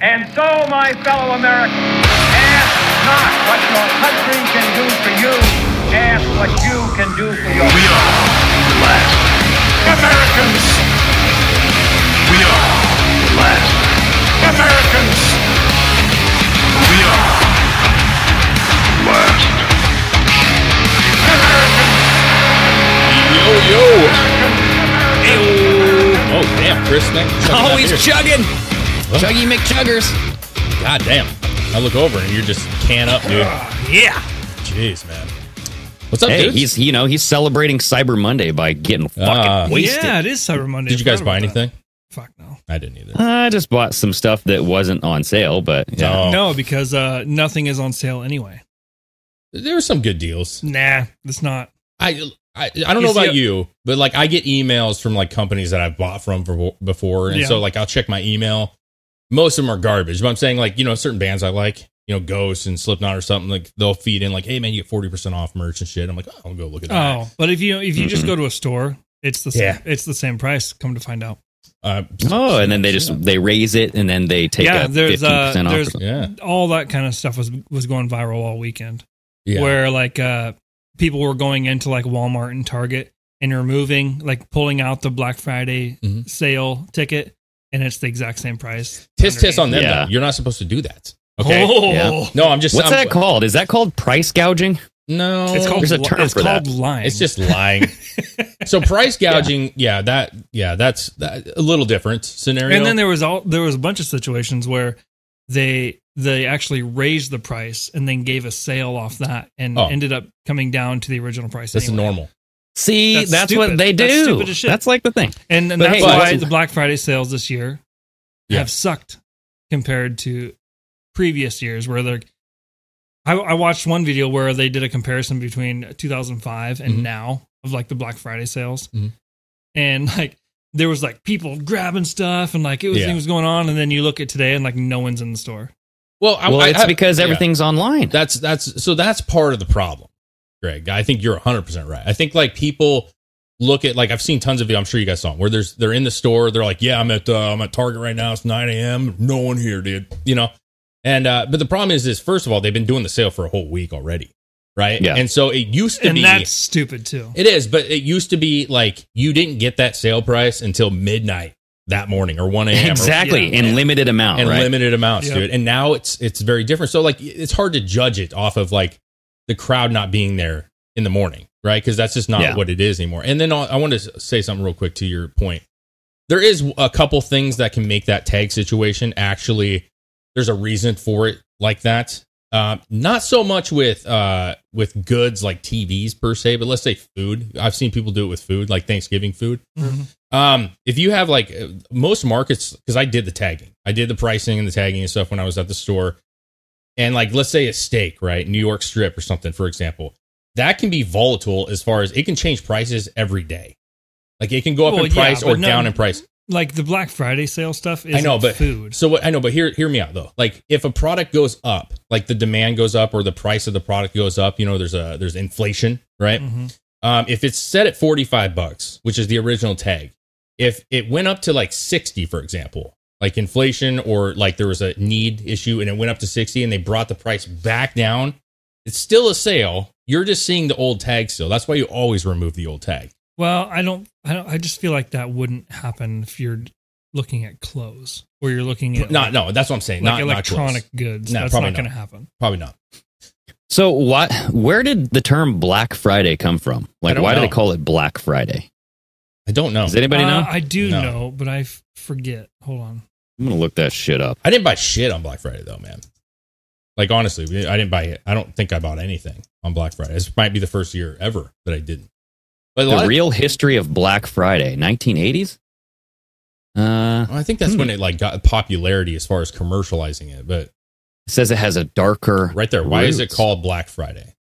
And so, my fellow Americans, ask not what your country can do for you, ask what you can do for your We are the last Americans. We are the last Americans. We are the last Americans. Yo, yo. Oh damn, Chris Nick. Oh, he's chugging. Chuggy McChuggers. God damn. I look over and you're just can up, dude. Yeah. Jeez, man. What's up, Hey, dudes? he's you know he's celebrating Cyber Monday by getting fucking Ah. wasted. Yeah, it is Cyber Monday. Did you guys Forgot buy about that. anything? Fuck no. I didn't either. I just bought some stuff that wasn't on sale, but um, No. yeah. No, because uh, nothing is on sale anyway. There were some good deals. Nah, it's not. I I, I don't You know see, about uh, you, but like I get emails from like companies that I've bought from for, before, and Yeah. so like I'll check my email. Most of them are garbage, but I'm saying like you know certain bands I like, you know Ghost and Slipknot or something. Like they'll feed in like, hey man, you get forty percent off merch and shit. I'm like, oh, I'll go look at that. Oh, but if you if you just go to a store, it's the same, Yeah. it's the same price. Come to find out. Uh, Oh, and then they just they raise it and then they take Yeah, a there's, fifteen uh, percent off. or there's- something. yeah, All that kind of stuff was was going viral all weekend. yeah. Where like uh, people were going into like Walmart and Target and removing like pulling out the Black Friday Mhm. sale ticket, and it's the exact same price. Tis tis on them. Yeah. Though. You're not supposed to do that. Okay. Oh. Yeah. No, I'm just. What's I'm- that called? Is that called price gouging? No, It's called There's a term it's for called that. lying. It's just lying. so price gouging, yeah. that, yeah, that's that, a little different scenario. And then there was all there was a bunch of situations where they they actually raised the price and then gave a sale off that and Oh. ended up coming down to the original price. that's anyway. normal. See, That's that's, stupid. what they That's do. stupid as That's, shit. like the thing. And, and But that's hey, why what's- the Black Friday sales this year Yeah. have sucked compared to previous years where they're. I, I watched one video where they did a comparison between 2005 and Mhm. now of like the Black Friday sales, Mhm. and like there was like people grabbing stuff and like it was Yeah. things going on, and then you look at today and like no one's in the store. Well, I, well, I- it's I- because yeah. everything's online. That's that's so that's part of the problem, Greg. I think you're 100 percent right. I think like people look at like I've seen tons of you. I'm sure you guys saw 'em, where there's they're in the store. They're like, yeah, I'm at uh, I'm at Target right now. It's 9 a.m. No one here, dude. You know. And uh, but the problem is, is first of all, they've been doing the sale for a whole week already, right? Yeah. And so it used to and be that's stupid too. It is, but it used to be like you didn't get that sale price until midnight that morning or one a.m. or- exactly Yeah. in limited amount, and right? limited amounts, Yeah. dude. And now it's it's very different. So like it's hard to judge it off of like the crowd not being there in the morning, right? Because that's just not Yeah. what it is anymore. And then I I want to s- say something real quick to your point. There is a couple things that can make that tag situation actually. There's a reason for it like that. Uh, not so much with uh, with goods like TVs per se, but let's say food. I've seen people do it with food, like Thanksgiving food. Mm-hmm. Um, if you have like uh, most markets, because I did the tagging, I did the pricing and the tagging and stuff when I was at the store. And like, let's say a steak, right? New York strip or something, for example, that can be volatile as far as it can change prices every day. Like it can go up Well, in yeah, price or but no- down in price. Like the Black Friday sale stuff is I know, but food. So what I know, but hear hear me out though. Like if a product goes up, like the demand goes up or the price of the product goes up, you know, there's a there's inflation, right? Mhm. Um, if it's set at 45 bucks, which is the original tag, if it went up to like 60, for example, like inflation or like there was a need issue and it went up to 60 and they brought the price back down, it's still a sale. You're just seeing the old tag still. That's why you always remove the old tag. Well, I don't, I don't. I just feel like that wouldn't happen if you're looking at clothes or you're looking at Not, like, no, that's what I'm saying. not like not close. electronic goods. No, That's probably not not. going to happen. Probably not. So what? Where did the term Black Friday come from? Like, don't why do know. they call it Black Friday? I don't know. Does anybody Uh, know? I do No. know, but I f- forget. Hold on. I'm gonna look that shit up. I didn't buy shit on Black Friday though, man. Like honestly, we- I didn't buy it. I don't think I bought anything on Black Friday. This might be the first year ever that I didn't. But a lot The of- real history of Black Friday, 1980s. Uh, Well, I think that's Hmm. when it like got popularity as far as commercializing it. But says it has a darker. right there, why is it roots. called Black Friday?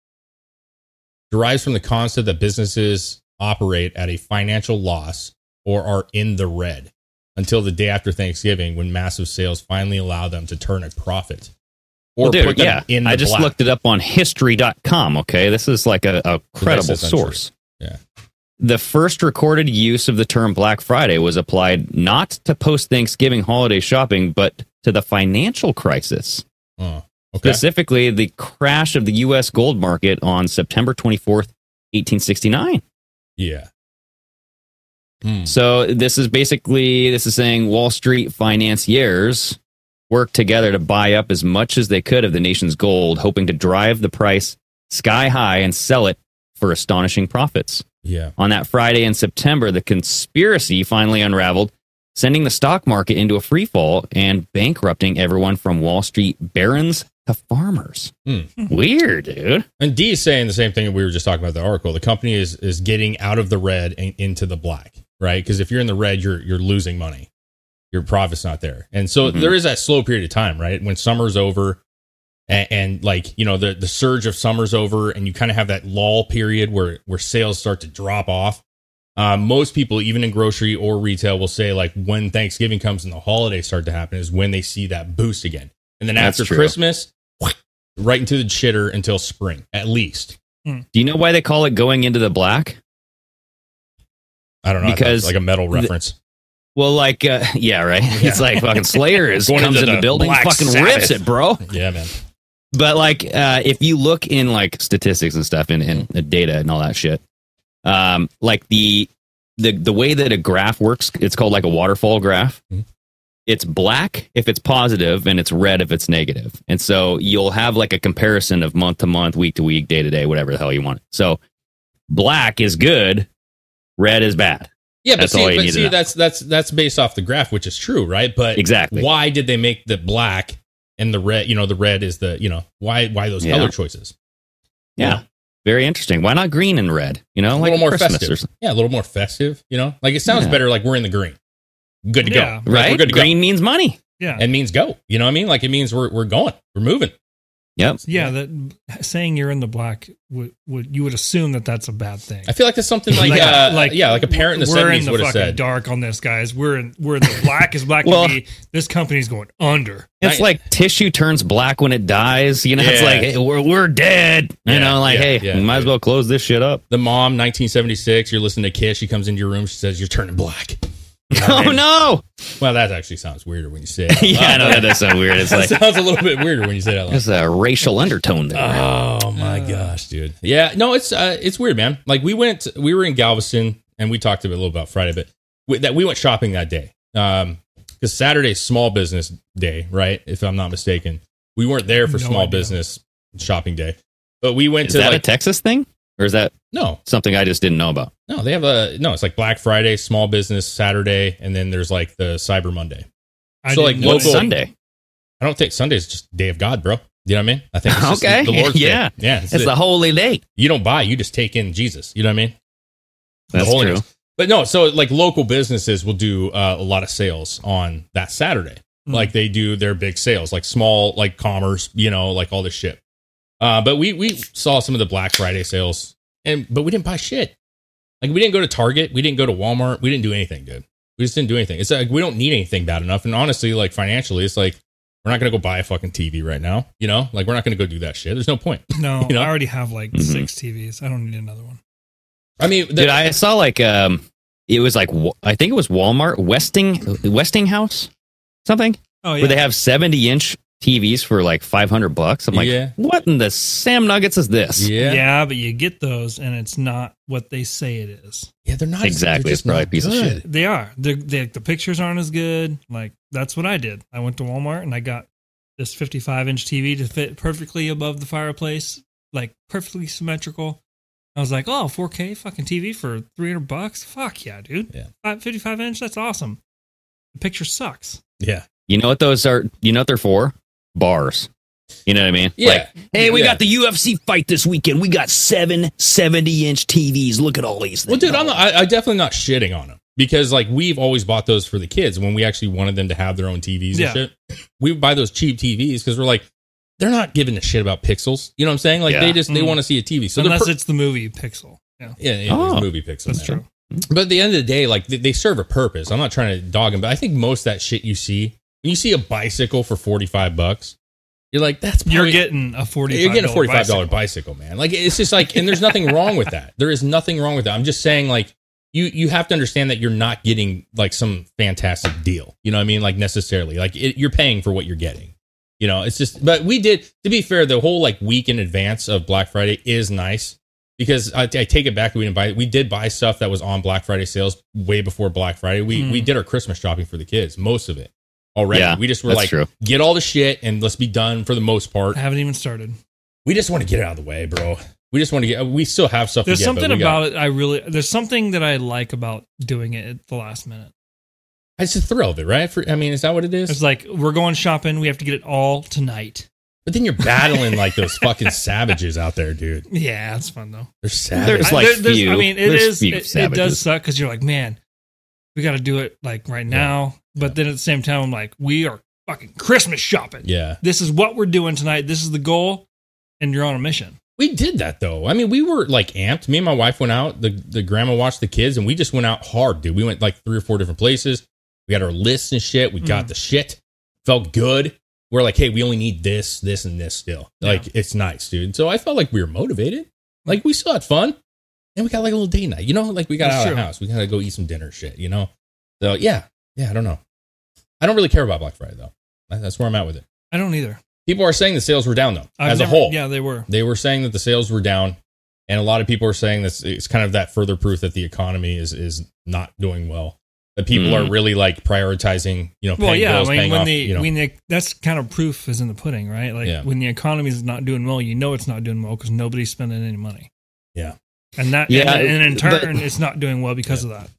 Derives from the concept that businesses operate at a financial loss or are in the red until the day after Thanksgiving when massive sales finally allow them to turn a profit. Or Well, dude, put them yeah, in the I just black. looked it up on history.com. Okay, this is like a, a credible is untrue. source. Yeah. The first recorded use of the term Black Friday was applied not to post Thanksgiving holiday shopping, but to the financial crisis, Oh, okay. specifically the crash of the U.S. gold market on September 24th, 1869. Yeah. Hmm. So this is basically this is saying Wall Street financiers worked together to buy up as much as they could of the nation's gold, hoping to drive the price sky high and sell it for astonishing profits. Yeah. On that Friday in September, the conspiracy finally unraveled, sending the stock market into a free fall and bankrupting everyone from Wall Street barons to farmers. Hmm. Weird, dude. And D is saying the same thing that we were just talking about the article. The company is is getting out of the red and into the black, right? Because if you're in the red, you're you're losing money. Your profit's not there, and so Mhm. there is that slow period of time, right? When summer's over, and, and like you know the the surge of summer's over, and you kind of have that lull period where where sales start to drop off. Uh, most people, even in grocery or retail, will say like when Thanksgiving comes and the holidays start to happen is when they see that boost again, and then That's after true. Christmas, right into the shitter until spring, at least. Do you know why they call it going into the black? I don't know. Because Because like a metal reference. Well, like, uh, yeah, right. It's like fucking Slayer is Going comes into into the, the building, Black fucking Sabbath. rips it, bro. yeah, man. But like, uh, if you look in like statistics and stuff and, and the data and all that shit, um, like the the the way that a graph works, it's called like a waterfall graph. Mhm. It's black if it's positive, and it's red if it's negative. And so you'll have like a comparison of month to month, week to week, day to day, whatever the hell you want. So black is good, red is bad. Yeah, but That's see, all you but need to see know. that's that's that's based off the graph, which is true, right? But Exactly. why did they make the black and the red? You know, the red is the you know why why those Yeah. color choices? Yeah. Yeah. Very interesting. Why not green and red? You know, A like little more Christmas or festive. Yeah, a little more festive. You know, like it sounds Yeah. better. Like we're in the green. Good to Yeah. go. something, right? Like, we're good to green means money. Yeah. go. It means go. You know what I mean? Like it means we're we're going. We're moving. Yep. yeah, that saying you're in the black would, would you would assume that that's a bad thing. I feel like that's something like, uh, like yeah, like a parent in the we're seventies the would have fucking said. dark on this, guys. We're in we're in the black as black Well- can be. This company's going under. Right. It's like tissue turns black when it dies. You know, it's Yeah. like hey, we're we're dead. Yeah, You know, like yeah, hey, yeah, we might as dude. well close this shit up. The mom, 1976. You're listening to Kiss. She comes into your room. She says, "You're turning black." Oh no! Well, that actually sounds weirder when you say it. yeah, I know that does sound weird. It's That like sounds a little bit weirder when you say that. there's a racial undertone there. Oh my gosh, dude. Yeah, no, it's uh, it's weird, man. Like we went, we were in Galveston, and we talked a little about Friday, but we, that we went shopping that day. Um, because Saturday's small business day, right? If I'm not mistaken, we weren't there for No small idea. business shopping day, but we went is to that a like Texas thing, or is that no, something I just didn't know about? no, they have a no. It's like Black Friday, Small Business Saturday, and then there's like the Cyber Monday. I So, didn't like, know What's local- that. Sunday? I don't think Sunday's just day of God, bro. You know what I mean? I think it's just Okay. the Lord's day. Yeah. yeah. It's the holy day. you don't buy, you just take in Jesus. You know what I mean? The That's Holy true. Ghost. But no, so like local businesses will do uh, a lot of sales on that Saturday. Mm. Like they do their big sales, like small, like commerce, you know, like all this shit. Uh, but we we saw some of the Black Friday sales, and but we didn't buy shit. Like we didn't go to Target, we didn't go to Walmart, we didn't do anything, dude. We just didn't do anything. It's like we don't need anything bad enough. And honestly, like financially, it's like we're not gonna go buy a fucking TV right now. You know, like we're not gonna go do that shit. There's no point. No, you know? Mm-hmm. I already have like Mhm. six TVs. I don't need another one. I mean, the, Dude, I saw like um, it was like Wa- I think it was Walmart, Westing, Westinghouse, something Oh yeah. where they have seventy inch TVs for like five hundred bucks. I'm like, Yeah. what in the Sam Nuggets is this? yeah. but you get those and it's not what they say it is. Yeah, they're not Exactly, they're it's probably not a piece of good. shit. They are. They're, they the pictures aren't as good. Like that's what I did. I went to Walmart and I got this 55 inch TV to fit perfectly above the fireplace, like perfectly symmetrical. I was like, oh, 4K fucking TV for 300 bucks. Fuck yeah, dude. Yeah. Five- 55 inch. That's awesome. The picture sucks. Yeah, You know what those are? You know what they're for? Bars. You know what I mean? Yeah. Like, hey, we Yeah. got the UFC fight this weekend. We got seven 70 inch TVs. Look at all these things. well, dude, I'm not, I, I'm definitely not shitting on them because like we've always bought those for the kids when we actually wanted them to have their own TVs Yeah. and shit. We would buy those cheap TVs because we're like they're not giving a shit about pixels. You know what I'm saying? Like Yeah. they just they Mm. want to see a TV. So Unless they're per- it's the movie Pixel. Yeah. yeah, yeah, Oh, it's movie pixels. That's man. true. But at the end of the day, like they, they serve a purpose. I'm not trying to dog them, but I think most of that shit you see when you see a bicycle for 45 bucks, you're like that's You're probably- getting a 45 You're getting a forty-five dollar bicycle. man. Like it's just like, and there's nothing wrong with that. There is nothing wrong with that. I'm just saying, like, you you have to understand that you're not getting like some fantastic deal. You know what I mean? Like necessarily, like it, you're paying for what you're getting. You know, it's just. But we did. To be fair, the whole like week in advance of Black Friday is nice because I, I take it back. We didn't buy. We did buy stuff that was on Black Friday sales way before Black Friday. We we did our Christmas shopping for the kids, most of it already. Yeah, we just were that's like, true. get all the shit and let's be done for the most part. I haven't even started. We just want to get it out of the way, bro. We just want to get. uh, We still have stuff. There's to get, but we something got- about it I really there's something that I like about doing it at the last minute. It's the thrill of it, right? For, I mean, is that what it is? It's like we're going shopping, we have to get it all tonight. But then you're battling like those fucking savages out there, dude. Yeah, that's fun though. They're savage. There's like there's- few- I mean, it there's is. few It, it does savages. suck because you're like, man, we got to do it like right now. But then at the same time, I'm like, we are fucking Christmas shopping. yeah. This is what we're doing tonight. This is the goal, and you're on a mission. We did that though. I mean, we were like amped. Me and my wife went out. The the grandma watched the kids, and we just went out hard, dude. We went like three or four different places. We got our lists and shit. We Mm. got the shit. Felt good. We're like, hey, we only need this, this, and this still. Yeah. Like, it's nice, dude. So I felt like we were motivated. Like we still had fun, and we got like a little day night. You know, like we got That's out of the true. house. We gotta go eat some dinner, shit. You know. So yeah, yeah. I don't know. I don't really care about Black Friday though. That- That's where I'm at with it. I don't either. People are saying the sales were down though, I've as never- a whole yeah, they were. they were saying that the sales were down and a lot of people are saying this it's kind of that further proof that the economy is is not doing well that people Mm. are really like prioritizing you know paying Mm-hmm. Well, yeah, bills I mean, paying when off the you know when the that's kind of proof is in the pudding, right? Like Yeah. when the economy is not doing well, you know it's not doing well because nobody's spending any money. Yeah. and that Yeah, and, and in but- turn, it's not doing well because of that.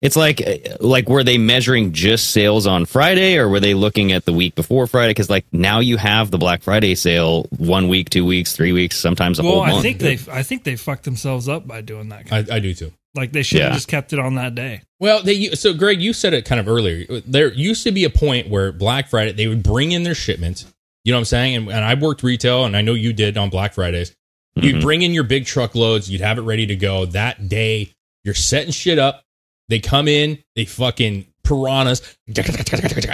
It's like uh, like were they measuring just sales on Friday or were they looking at the week before Friday? Because like now you have the Black Friday sale one week, two weeks, three weeks, sometimes a Well, whole month. I think they I think they fucked themselves up by doing that. I, I do too Like they should have Yeah. just kept it on that day. well they u- so greg you said it kind of earlier there used to be a point where black friday they would bring in their shipment you know what i'm saying and, and i worked retail and i know you did on black fridays you'd Mhm. bring in your big truckloads you'd have it ready to go that day you're setting shit up they come in they fucking piranhas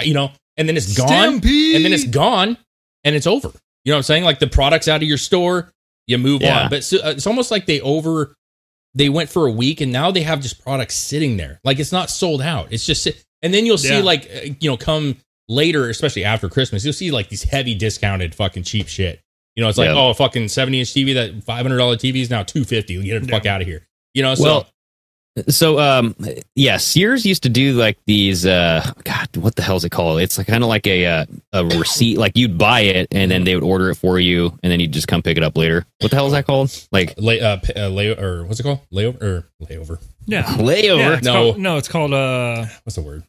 you know and then it's gone and then it's gone and it's over. You know what I'm saying? Like the products out of your store, you move Yeah. on. But so, uh, it's almost like they over they went for a week and now they have just products sitting there. Like it's not sold out. It's just sit- and then you'll see Yeah. like uh, you know come later, especially after Christmas, you'll see like these heavy discounted fucking cheap shit. You know, it's like Yeah. oh, a fucking 70-inch TV that $500 TV is now 250. Get the fuck out of here. You know, so Well, So um yeah, Sears used to do like these uh god, what the hell's it called? It's kind of like a uh, a receipt like you'd buy it and then they would order it for you and then you'd just come pick it up later. What the hell is that called? Like lay, uh, p- uh, lay or what's it called? Layover or layover. Yeah. Yeah, layover. it's No. called- no, it's called uh What's the word?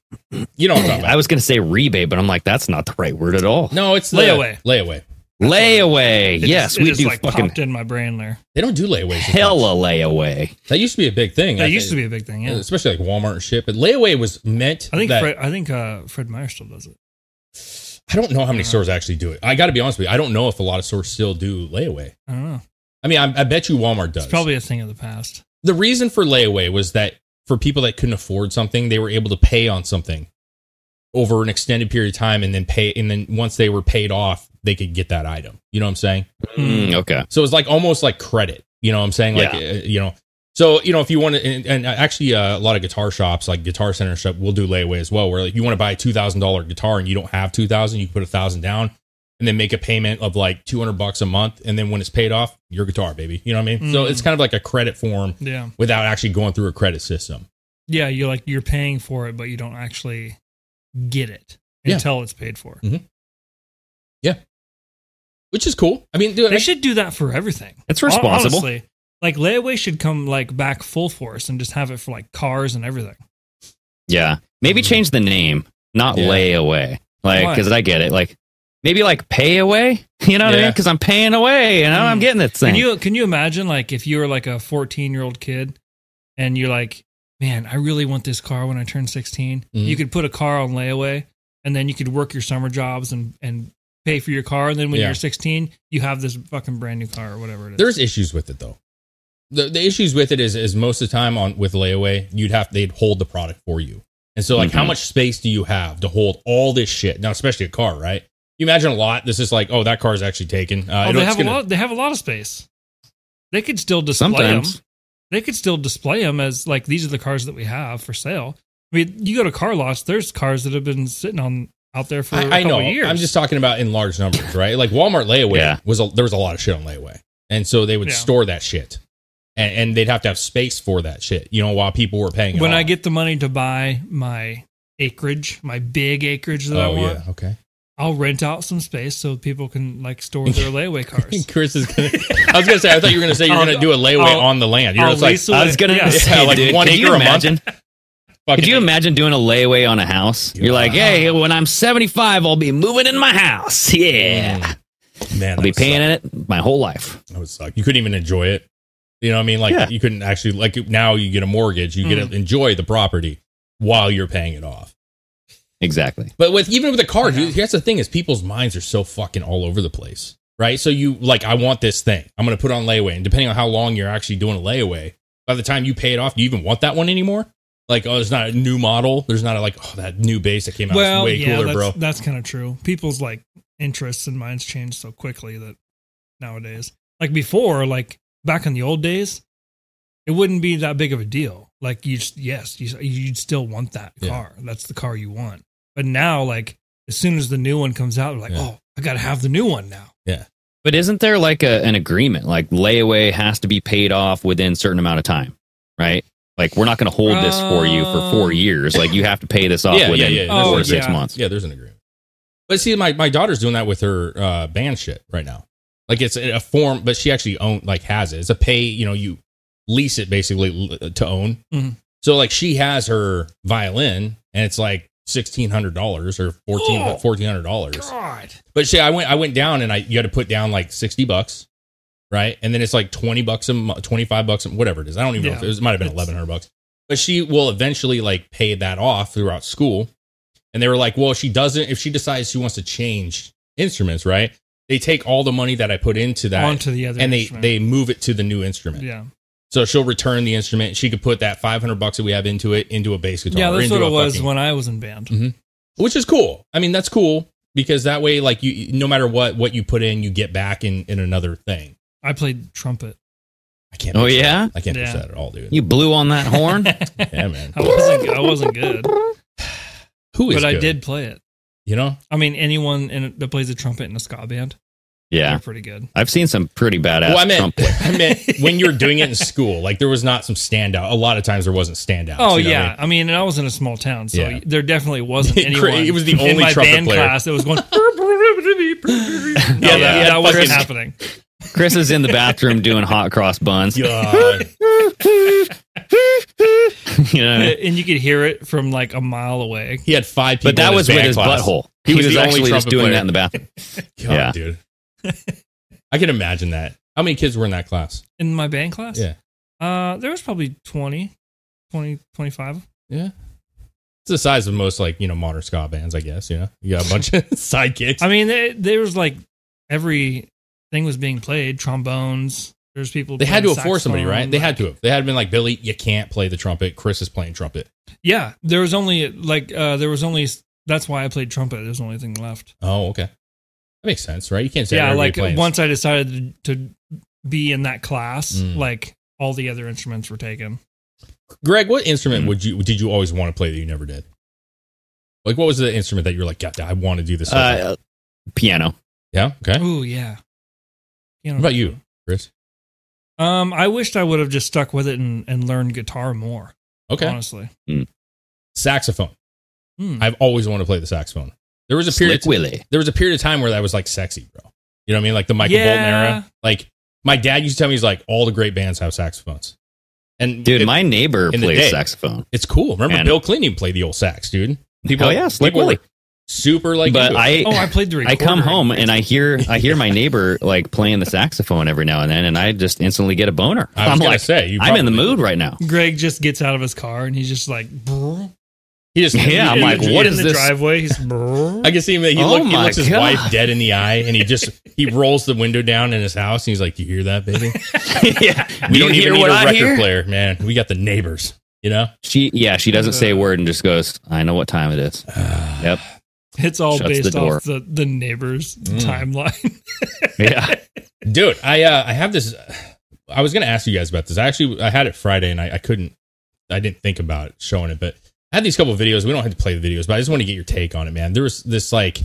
You know what I'm talking about. I was going to say rebate, but I'm like that's not the right word at all. no, it's the- Layaway. Layaway. Layaway. it yes, just- it we just, do like fucking popped in my brain there. They don't do layaways. as much. hella layaway. That used to be a big thing. That I used to think. be a big thing, yeah. especially like Walmart and shit. But layaway was meant. I think that, Fred, I think uh, Fred Meyer still does it. I don't know how many stores actually do it. I got to be honest with you. I don't know if a lot of stores still do layaway. I don't know. I mean, I, I bet you Walmart does. It's probably a thing of the past. the reason for layaway was that for people that couldn't afford something, they were able to pay on something over an extended period of time, and then pay. And then once they were paid off, they could get that item. You know what I'm saying? Hmm. Mm, okay. So it's like almost like credit. You know what I'm saying? Like, Yeah. uh, you know, so, you know, if you want to, and, and actually uh, a lot of guitar shops, like Guitar Center and stuff, will do layaway as well, where like you want to buy a $2,000 guitar and you don't have 2000 you can put a 1000 down and then make a payment of like 200 bucks a month. And then when it's paid off, your guitar, baby. You know what I mean? So Mm. it's kind of like a credit form Yeah. without actually going through a credit system. Yeah, you like you're paying for it, but you don't actually get it Yeah. until it's paid for. Which is cool. I mean, dude, They I- should do that for everything. It's responsible. Honestly, like layaway should come like back full force and just have it for like cars and everything. Yeah. Maybe change the name, not Mm-hmm. Yeah. layaway. Why? Like, because I get it. Like, maybe like pay away. You know what I Yeah. mean? Because I'm paying away and I'm Mm. getting this Can thing. you can you imagine like if you were like a 14 year old kid and you're like, man, I really want this car when I turn 16. Mhm. You could put a car on layaway and then you could work your summer jobs and and pay for your car. And then when Yeah. you're 16, you have this fucking brand new car or whatever it is. there's issues with it though. The, the issues with it is is most of the time on with layaway you'd have they'd hold the product for you, and so like how Mhm. much space do you have to hold all this shit now, especially a car, right? You imagine a lot. This is like oh that car is actually taken. Uh, I know oh, they it's have gonna- a lot. They have a lot of space. They could still display Sometimes. them. they could still display them as like these are the cars that we have for sale. I mean, you go to car lots, there's cars that have been sitting on out there for I I, I know. know. years. I'm just talking about in large numbers, right? Like Walmart layaway Yeah. was a, there was a lot of shit on layaway, and so they would Yeah. store that shit, and, and they'd have to have space for that shit, you know, while people were paying. it when I off. get the money to buy my acreage, my big acreage that I oh want, yeah, okay. I'll rent out some space so people can like store their layaway cars. Chris is gonna. I was gonna say. I thought you were gonna say you're I'll- gonna do a layaway Oh, I'll- on the land. You're I'll just like lease I away- was gonna yeah. say, Yeah, like dude, one could acre you a month. imagine? fucking Could you imagine doing a layaway on a house? You're like, hey, when I'm 75, I'll be moving in my house. Yeah, Mm. man. I'll be paying in it my whole life. That would suck. You couldn't even enjoy it. You know what I mean? Like Yeah. you couldn't actually like now you get a mortgage, you Mm. get to enjoy the property while you're paying it off. Exactly. But with even with a car, dude, here's the thing: is people's minds are so fucking all over the place, right? So you like, I want this thing. I'm gonna put it on layaway, and depending on how long you're actually doing a layaway, by the time you pay it off, do you even want that one anymore? Like, oh, there's not a new model. There's not a like, oh, that new base that came out well, is way yeah, cooler, that's, bro. that's kind of true. People's like interests and minds change so quickly that nowadays, like before, like back in the old days, it wouldn't be that big of a deal. Like you, just- yes, you, you'd still want that Yeah. car. That's the car you want. But now, like as soon as the new one comes out, they're like, Yeah. oh, I got to have the new one now. But isn't there like a, an agreement? Like layaway has to be paid off within a certain amount of time, right? Like we're not going to hold this for you for four Um, years. Like you have to pay this off Yeah, yeah, within yeah. four Oh, or six yeah. months. Yeah, there's an agreement. But see, my, my daughter's doing that with her uh, band shit right now. Like it's a form, but she actually own like has it. It's a pay. You know, you lease it basically l- uh, to own. Mhm. So like she has her violin, and it's like sixteen hundred dollars or fourteen Oh. fourteen hundred dollars. God, But she, I went I went down and I you had to put down like sixty bucks, right? And then it's like twenty bucks a month, twenty five bucks, a- whatever it is. I don't even know if Yeah. it, was, it might have been It's- eleven hundred bucks. But she will eventually like pay that off throughout school. And they were like, well, if she doesn't. If she decides she wants to change instruments, right? They take all the money that I put into that, onto the other and they instrument. they move it to the new instrument. yeah So she'll return the instrument. She could put that five hundred bucks that we have into it into a bass guitar. yeah or that's into what a it was fucking- when I was in band. which is cool. I mean, that's cool because that way, like you, no matter what what you put in, you get back in in another thing. I played trumpet. I can't. Oh push that. yeah, I can't push Yeah. that at all, dude. you blew on that horn. yeah, man. I wasn't I wasn't good, Who but is? I good? did play it. You know, I mean, anyone in, that plays a trumpet in a ska band, yeah, they're pretty good. I've seen some pretty badass. well, I meant, Trump- I meant when you were doing it in school, like there was not some standout. A lot of times there wasn't standouts. Oh you know what I yeah, mean? I mean, and I was in a small town, so Yeah. there definitely wasn't It cra- anyone. it was the in only my trumpet band player. class that was going. no, Yeah, that, yeah, that wasn't fucking- happening. Chris is in the bathroom doing hot cross buns. you know God. what I mean? and you could hear it from like a mile away. He had five people, But that in was with band his class. butthole. He He, was was, the only actually just trumpet doing player. that in the bathroom. God, Yeah. dude. I can imagine that. How many kids were in that class? In my band class, Yeah. uh, there was probably 20, 20, 25. Yeah. It's the size of most like you know modern ska bands, I guess. You know, you got a bunch of sidekicks. I mean, there, there was like every thing was being played. Trombones. There's people. They had to playing have forced somebody, saxophone, right? They like- had to have. They had been like, Billy, you can't play the trumpet. Chris is playing trumpet. Yeah, there was only like uh there was only that's why I played trumpet. There's the only thing left. Oh, okay. That makes sense, right? You can't say yeah, everybody like plays. once I decided to to be in that class, Mm. like all the other instruments were taken. Greg, what Mm. instrument would you did you always want to play that you never did? Like, what was the instrument that you're like, God, I want to do this? over?" Uh, piano. yeah, okay. What Oh yeah. You know, about you, Chris? Um, I wished I would have just stuck with it and, and learned guitar more. Okay, Honestly. saxophone. Hmm. I've always wanted to play the saxophone. There was a period. Slick Willie. there was a period of time where that was like sexy, bro. You know what I mean? Like the Michael Yeah. Bolton era. Like my dad used to tell me, he's like, all the great bands have saxophones, and Dude, it- my neighbor in the plays day. saxophone. It's cool. Remember, And- Bill Clinton even played the old sax, dude. People, Hell yeah, Slick people were Willie. super like. but into it. I, oh, I played the I recorder. come home and I hear, I hear my neighbor like playing the saxophone every now and then, and I just instantly get a boner. I was I'm gonna like, say, you I'm in the probably- mood right now. Greg just gets out of his car and he's just like brr. He just, Yeah, I'm he- like, he- what in is the this? driveway? He's brr. I can see him. He, Oh look, he my looks his God. wife dead in the eye, and he just he rolls the window down in his house, and he's like, "You hear that, baby? yeah, We You don't even hear need what a I record hear? player, man. We got the neighbors, you know." She, yeah, she doesn't say a Uh. word and just goes, "I know what time it is." Yep. It's all Shuts based the door. Mm. off the, the neighbor's timeline. Yeah. dude i uh i have this I was going to ask you guys about this. I actually I had it Friday and I, I couldn't I didn't think about showing it, but I had these couple of videos. We don't have to play the videos, but I just want to get your take on it, man. There was this like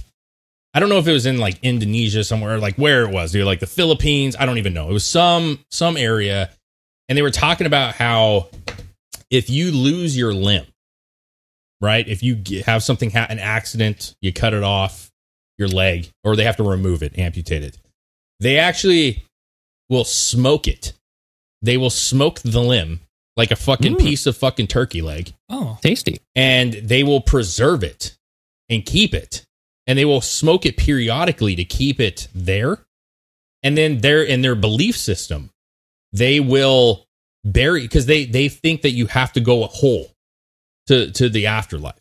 I don't know if it was in like Indonesia somewhere, like where it was, dude, like the Philippines. I don't even know. It was some some area, and they were talking about how if you lose your limb, right? If you get, have something, ha- an accident, you cut it off your leg, or they have to remove it, amputate it. They actually will smoke it. They will smoke the limb like a fucking Mm. piece of fucking turkey leg, Oh, Tasty. and they will preserve it and keep it, and they will smoke it periodically to keep it there. And then they're in their belief system, they will bury because they they think that you have to go whole to to the afterlife.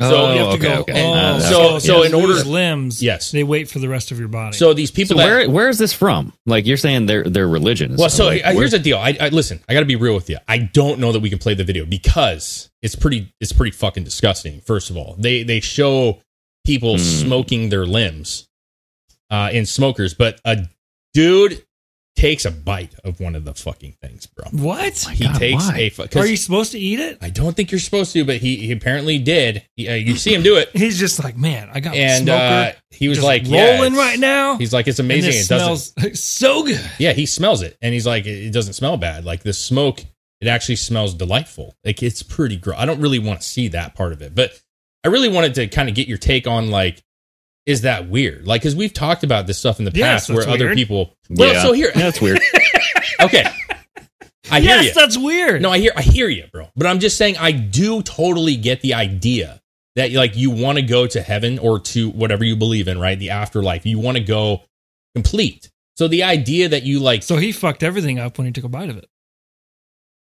So Oh, you have to okay, go. okay. Oh, Uh, that's- so, okay. so Yes. in order Yes. limbs, Yes. they wait for the rest of your body. So these people So that where where is this from? Like you're saying their their religion. and Well, stuff. so Like, uh, where- here's the deal. I, I listen. I got to be real with you. I don't know that we can play the video because it's pretty. It's pretty fucking disgusting. First of all, they they show people Hmm. smoking their limbs uh, in smokers, but a dude takes a bite of one of the fucking things, bro. Oh what? He God, takes why? a fu- 'cause Are you supposed to eat it? I don't think you're supposed to, but he, he apparently did. He, uh, you see him do it, He's just like, man, I got my and smoker. uh, he was just like, yeah, rolling it's- right now. He's like, it's and amazing. this It doesn't smells so good. Yeah, he smells it, and he's like, it it doesn't smell bad. Like the smoke, it actually smells delightful. Like it's pretty gross. I don't really want to see that part of it, but I really wanted to kind of get your take on like, is that weird? Like, because we've talked about this stuff in the Yes, past where that's other weird. people. Well, Yeah. so here, Yeah, that's weird. okay, I hear yes, you. that's weird. No, I hear, I hear you, bro. But I'm just saying, I do totally get the idea that like you want to go to heaven or to whatever you believe in, right? The afterlife. You want to go complete. So the idea that you like so he fucked everything up when he took a bite of it.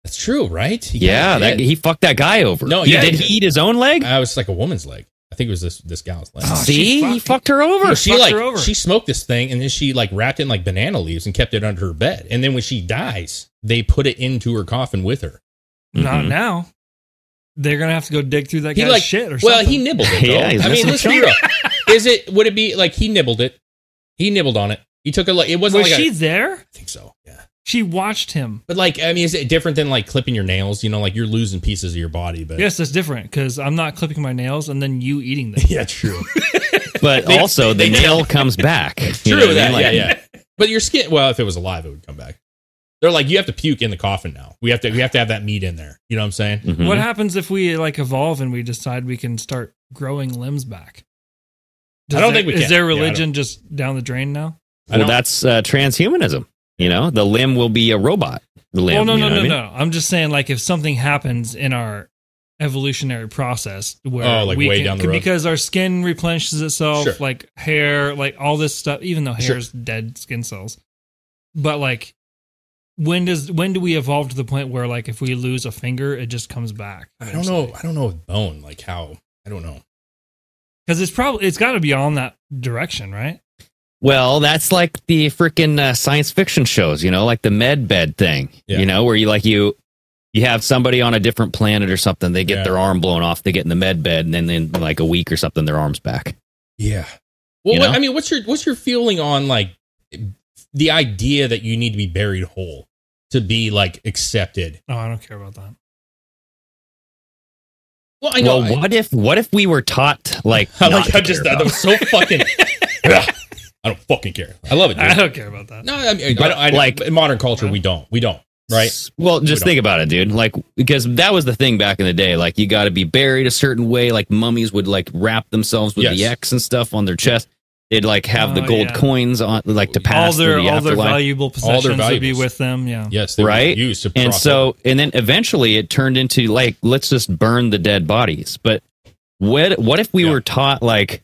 That's true, right? He yeah, kinda that, did. he fucked that guy over. No, he, yeah, did he did. he eat his own leg? I was like a woman's leg. I think it was this this gal's leg. Oh, See, she he fucked- fucked her over. he she fucked like her over. she smoked this thing and then she like wrapped it in like banana leaves and kept it under her bed. And then when she dies, they put it into her coffin with her. Not Mhm. now. They're gonna have to go dig through that Mm-hmm. He guy's like shit or something. well, he nibbled it. Though. Yeah, he's I mean, missing a let's be real. Is it would it be like he nibbled it? He nibbled on it. He took a like it wasn't was like she a, I there? think so. Yeah. She watched him. But like I mean, is it different than like clipping your nails? You know, like you're losing pieces of your body, but Yes, that's different because I'm not clipping my nails and then you eating them. yeah, true. But They- also, the they- nail comes back. True, True that, yeah, yeah. But your skin, well, if it was alive, it would come back. They're like, you have to puke in the coffin now. We have to, we have to have that meat in there. You know what I'm saying? What happens if we like evolve and we decide we can start growing limbs back? I don't there- think we is can. their Yeah, I don't- religion just down the drain now? I Well, don't- that's uh, transhumanism. You know, the limb will be a robot. The limb. well, no, you no, know no, what I mean? no. I'm just saying, like, if something happens in our evolutionary process where Oh, like we way can, down the road. because our skin replenishes itself, Sure. like hair, like all this stuff, even though Sure. hair's dead skin cells. But like, when does when do we evolve to the point where like if we lose a finger, it just comes back? I don't know. I don't know with bone, like how. I don't know. because it's probably it's got to be on that direction, right? Well, that's like the freaking uh, science fiction shows, you know, like the med bed thing, Yeah. you know, where you like you you have somebody on a different planet or something, they get Yeah. their arm blown off, they get in the med bed, and then in like a week or something, their arm's back. Yeah. Well, You what, know? I mean, what's your what's your feeling on like the idea that you need to be buried whole to be like accepted? No, Oh, I don't care about that. Well, I know. well, what if what if we were taught like I, I not like to how just care that, that about- was so fucking. I don't fucking care. I love it. I Dude. don't care about that. No, I mean, I But, don't, I, like like- in modern culture, we don't. We don't. Right. Well, just We don't. think about it, dude. Like, because that was the thing back in the day. Like, you got to be buried a certain way. Like, mummies would like wrap themselves with the Yes. X and stuff on their chest. They'd like have the Oh, gold yeah. coins on, like to All pass their through the all their afterlife. valuable All possessions their would be valuables. with them. Yeah. Yes. They were Right? Used to and cross so, and then eventually it turned into like, let's just burn the dead bodies. But what what if we Yeah. were taught like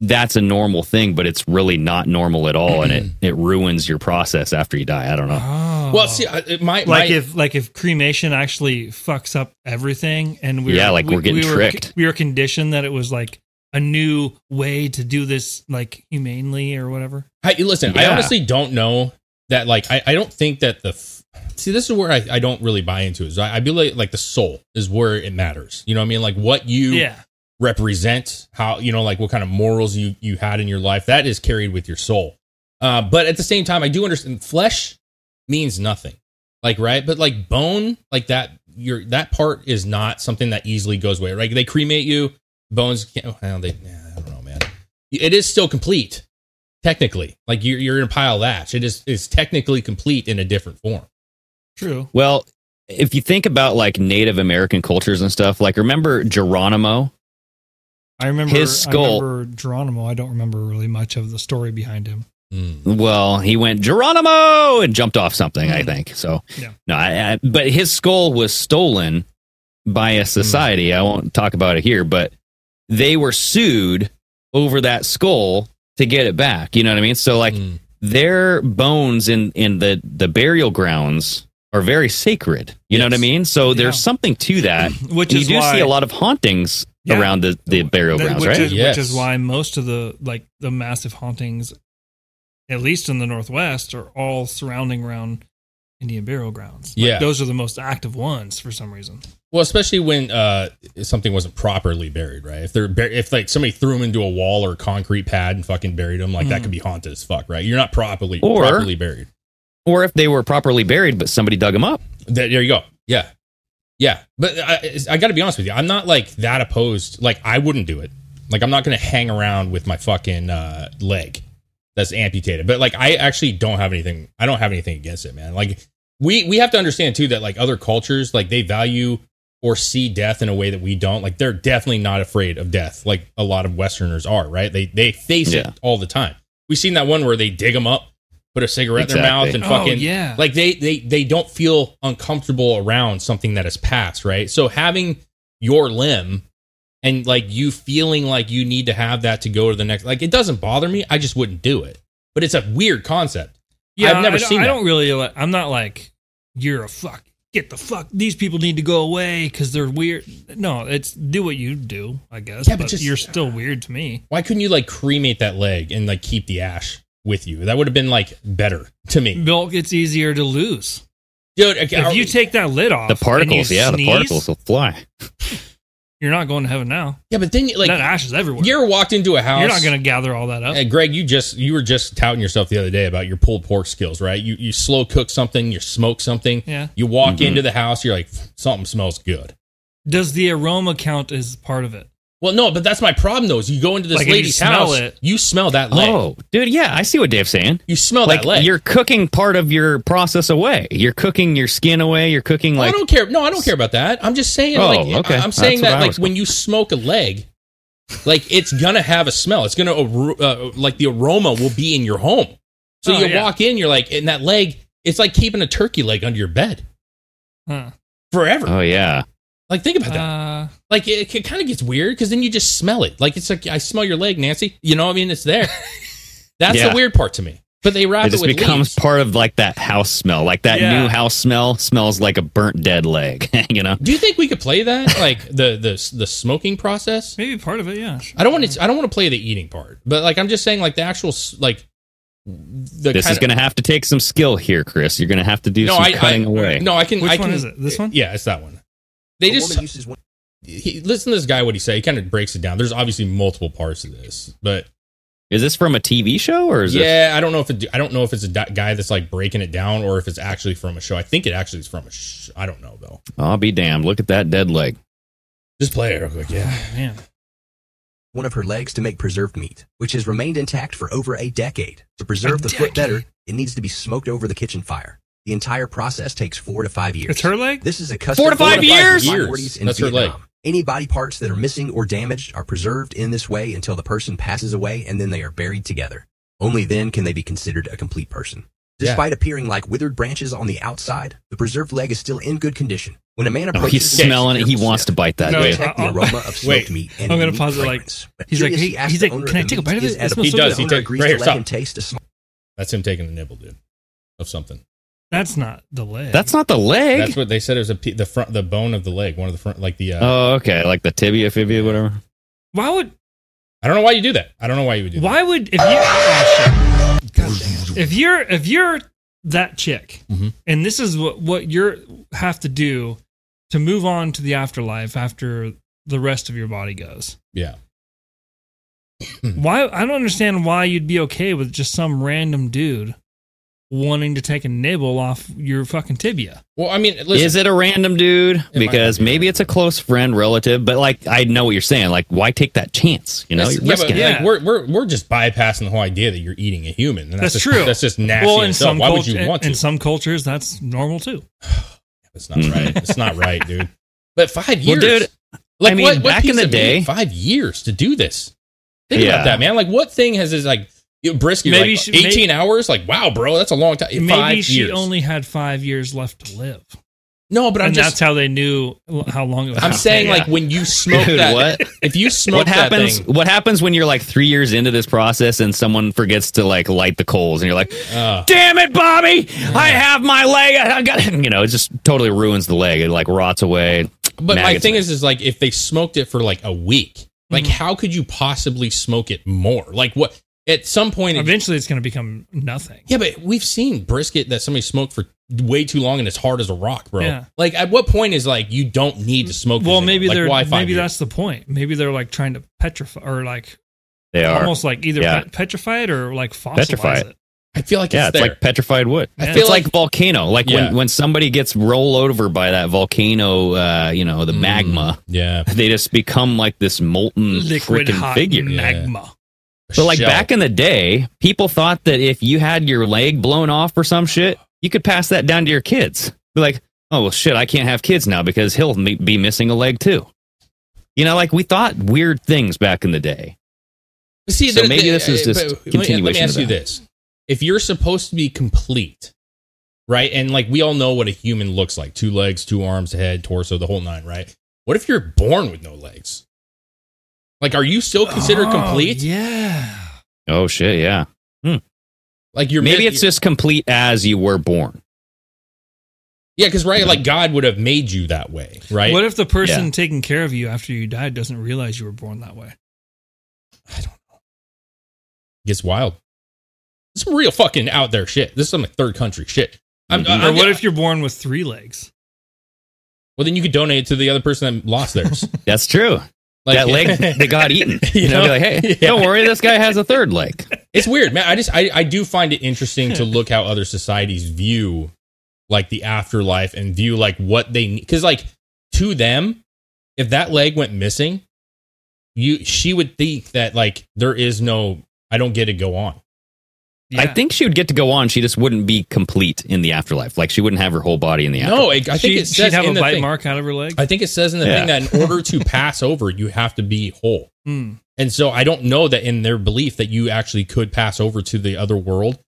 that's a normal thing, but it's really not normal at all, and it it ruins your process after you die. I don't know. Oh. Well, see, I, it- my like my, if like if cremation actually fucks up everything, and we Yeah, like we, we're getting we tricked. Were, we were conditioned that it was like a new way to do this, like humanely or whatever. I, listen, I Yeah. honestly don't know that. Like, I, I don't think that the f- see this is where I, I don't really buy into is I, I believe like the soul is where it matters. You know what I mean? Like what you Yeah, represent, how you know, like what kind of morals you you had in your life that is carried with your soul. Uh, but at the same time, I do understand flesh means nothing. Like right, but like bone, like that your that part is not something that easily goes away. Right? They cremate you, bones. Can't, well, they, yeah, I don't know, man. It is still complete, technically. Like you're you're in a pile of ash. It is is technically complete in a different form. True. Well, if you think about like Native American cultures and stuff, like remember Geronimo? I remember His skull- I remember Geronimo. I don't remember really much of the story behind him. Mm. Well, he went Geronimo and jumped off something, I Mhm. think. So, Yeah. no, I, I, but his skull was stolen by Hmm. a society. I won't talk about it here, but they were sued over that skull to get it back. You know what I mean? So, like, Hmm. Mm. their bones in in the the burial grounds are very sacred. You know what I Yes. mean? So Yeah. there's something to that. Which And you is do why, see a lot of hauntings Yeah. around the, the burial that- grounds, which right? Is, Yes. Which is why most of the like the massive hauntings, at least in the northwest, are all surrounding around Indian burial grounds. Like, Yeah. those are the most active ones for some reason. Well, especially when uh, something wasn't properly buried, right? If they're bur- if like somebody threw him into a wall or a concrete pad and fucking buried him, like that Mhm. could be haunted as fuck, right? You're not properly Or- properly buried. or if they were properly buried, but somebody dug them up. There, there you go. Yeah, yeah. But I, I got to be honest with you, I'm not like that opposed. Like I wouldn't do it. Like I'm not gonna hang around with my fucking uh, leg that's amputated. But like I actually don't have anything. I don't have anything against it, man. Like we we have to understand too that like other cultures like they value or see death in a way that we don't like they're definitely not afraid of death like a lot of westerners are right they they face Yeah. it all the time we've seen that one where they dig them up put a cigarette in their Exactly. mouth and Oh, fucking yeah. like they they they don't feel uncomfortable around something that has passed right so having your limb and like you feeling like you need to have that to go to the next like it doesn't bother me i just wouldn't do it but it's a weird concept i've never I don't- seen I that. don't really. Like, I'm not like you're a fuck. Get the fuck. These people need to go away because they're weird. No, it's do what you do. I guess. Yeah, but but just- you're still weird to me. why couldn't you like cremate that leg and like keep the ash with you? That would have been like better to me, Milk. It's easier to lose dude. Okay, if you take that lid off. The and you particles, yeah, the sneeze, particles will fly. You're not going to heaven now. yeah, but then you that like ash is everywhere. you ever walked into a house. You're not going to gather all that up. Hey, Greg, you just you were just touting yourself the other day about your pulled pork skills, right? You you slow cook something, you smoke something. Yeah. You walk Mhm. into the house, you're like something smells good. Does the aroma count as part of it? Well, no, but that's my problem though. Is you go into this Like, if you lady's smell house, it- you smell that leg. Oh, dude, yeah, I see what Dave's saying. You smell Like Oh, that leg. you're cooking part of your process away. You're cooking your skin away. You're cooking Well, like I don't care. No, I don't care about that. I'm just saying. Oh, like, okay. I- I'm saying That's what that I like was- when you smoke a leg, like it's gonna have a smell. It's gonna ar- uh, like the aroma will be in your home. So Oh, you yeah. walk in, you're like, and that leg, it's like keeping a turkey leg under your bed Huh. forever. Oh yeah. like think about that. Uh, Like it, it kind of gets weird because then you just smell it. Like it's like I smell your leg, Nancy. You know, what I mean, it's there. That's Yeah. the weird part to me. But they wrap It it, just with becomes leaves. part of like that house smell. Like that Yeah. new house smell smells like a burnt dead leg, you know? Do you think we could play that? Like the the the smoking process. maybe part of it. Yeah. sure. I don't want to. I don't want to play the eating part, but like I'm just saying, like the actual s- like the This is kinda- going to have to take some skill here, Chris. You're going to have to do no, some I, cutting I, away. No, I can. Which I one can- is it? This one? Yeah, it's that one. They just he, listen to this guy. What he say? He kind of breaks it down. There's obviously multiple parts of this, but Is this from a TV show or is it? yeah, I don't know if it, I don't know if it's a di- guy that's like breaking it down or if it's actually from a show. I think it actually is from a. Sh- I don't know though. I'll be damned. Look at that dead leg. Just play it real quick. Yeah. Man. one of her legs to make preserved meat, which has remained intact for over a decade. To preserve the foot better, it needs to be smoked over the kitchen fire. The entire process takes four to five years. It's her leg? This is a custom Four to five years? Minorities in That's her leg. Vietnam. Any body parts that are missing or damaged are preserved in this way until the person passes away and then they are buried together. Only then can they be considered a complete person. Yeah. Despite appearing like withered branches on the outside, the preserved leg is still in good condition. When a man Oh, approaches, he's and makes a smelling it. He careful wants sniff, to bite that. No, dude. it's- Check the I'll- aroma of Wait. smoked meat. And I'm gonna unique pause it, like- fragrance. But he's like, curious, "Hey," he asks he's the like, owner "Can if I the take a meat bite of it? is It edible." smells so good. The He does, he owner takes- agrees right to here, let stop. him taste a small That's him taking the nibble, dude. Of something. That's not the leg. That's not the leg. That's what they said. It was a pe- the front, the bone of the leg, one of the front, like the. Uh, oh, okay. Like the tibia, fibia, whatever. why would I don't know why you do that. I don't know why you would do that. why would if you oh, shit. God damn it. if you're if you're that chick Mhm. and this is what what you're have to do to move on to the afterlife after the rest of your body goes. Yeah. Hmm. Why I don't understand why you'd be okay with just some random dude wanting to take a nibble off your fucking tibia. Well, I mean, listen, Is it a random dude? might Because not be a maybe it's a close friend, relative, but like I know what you're saying. Like, why take that chance? You know, That's- you're yeah, but, risking it. yeah. like, we're, we're, we're just bypassing the whole idea that you're eating a human. And that's, That's just, true. That's just nasty. well, in in itself. some Why would cultu- you want in, to? in some cultures, that's normal too. it's not right. It's not right, dude. But five years. dude, like, I mean, what, what back in piece the of meat- day- Five years to do this. Think Yeah. about that, man. Like, what thing has this, like, you- brisket, Maybe like, she- 18 maybe- hours? Like, wow, bro, that's a long time. Maybe five she years. only had five years left to live, no, but I'm and just, that's how they knew l- how long it was. I'm gonna saying, take. like, when you smoke Dude, that, what? if you smoke What happens? that thing, What happens when you're like three years into this process and someone forgets to like light the coals, and you're like, uh, "Damn it, Bobby! I have my leg. I I got it." You know, it just totally ruins the leg. It like rots away. But my Maggots thing in it. is, is like if they smoked it for like a week, like Mm-hmm. how could you possibly smoke it more? Like what? At some point, it, eventually it's going to become nothing. yeah, but we've seen brisket that somebody smoked for way too long and it's hard as a rock, bro. Yeah. Like at what point is like you don't need to smoke? this Well, anymore? maybe like, they're why five maybe years? that's the point. Maybe they're like trying to petrify or like They are almost like either Yeah. pet- petrify it or like fossilize Petrify it. it. I feel like yeah, it's it's, there. like petrified wood. I It's feel like, like- volcano. Like Yeah. when when somebody gets rolled over by that volcano, uh, you know, the Mm. magma. yeah, They just become like this molten Mm, Liquid freaking hot figure. magma. But like Shell. back in the day, people thought that if you had your leg blown off or some shit, you could pass that down to your kids. Be like, oh well, shit, I can't have kids now because he'll me- be missing a leg too. You know, like we thought weird things back in the day. See, eh, So maybe this is just but let me- Let me continuation ask of you that. this: If you're supposed to be complete, right, and like we all know what a human looks like—two legs, two arms, head, torso, the whole nine, right? What if you're born with no legs? Like, are you still considered Oh, complete? Yeah. Oh shit, yeah. Like, you're Maybe it's just complete as you were born. yeah, because right, like God would have made you that way, right? What if the person Yeah. taking care of you after you died doesn't realize you were born that way? it gets wild. It's some real fucking out there shit. This is some like, third country shit. I'm, Mhm. Mm-hmm. Or I'm- what if you're born with three legs? well, then you could donate it to the other person that lost theirs. That's true. Like- that leg that got eaten. You You, know, be know? like, hey, Yeah. don't worry, this guy has a third leg. it's weird, man. I just I, I do find it interesting to look how other societies view like the afterlife and view like what they need because like to them, if that leg went missing, you she would think that like there is no I don't get to go on. I Yeah. think she would get to go on. She just wouldn't be complete in the afterlife. Like she wouldn't have her whole body in the afterlife. No, it, I think She- it says she'd have in a the bite thing. mark out of her leg. I think it says in the Yeah. thing that in order to pass over, you have to be whole. Hmm. And so I don't know that in their belief that you actually could pass over to the other world,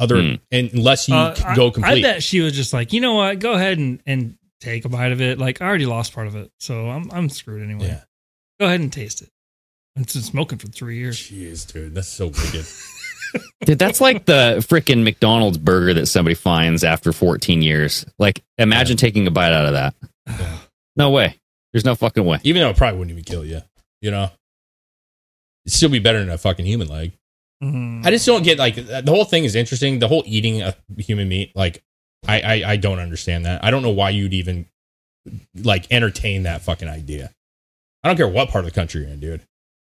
other Hmm. unless you Uh, c- I- go complete. I bet she was just like, you know what? Go ahead and, and take a bite of it. Like I already lost part of it, so I'm I'm screwed anyway. Yeah. Go ahead and taste it. It's been smoking for three years. Jeez, dude, that's so wicked. Dude, that's like the freaking McDonald's burger that somebody finds after 14 years. Like, imagine taking a bite out of that. No way. There's no fucking way. even though it probably wouldn't even kill you. You know, it'd still be better than a fucking human leg. Mhm. I just don't get like the whole thing is interesting. The whole eating a human meat, like I, I I don't understand that. I don't know why you'd even like entertain that fucking idea. I don't care what part of the country you're in, dude.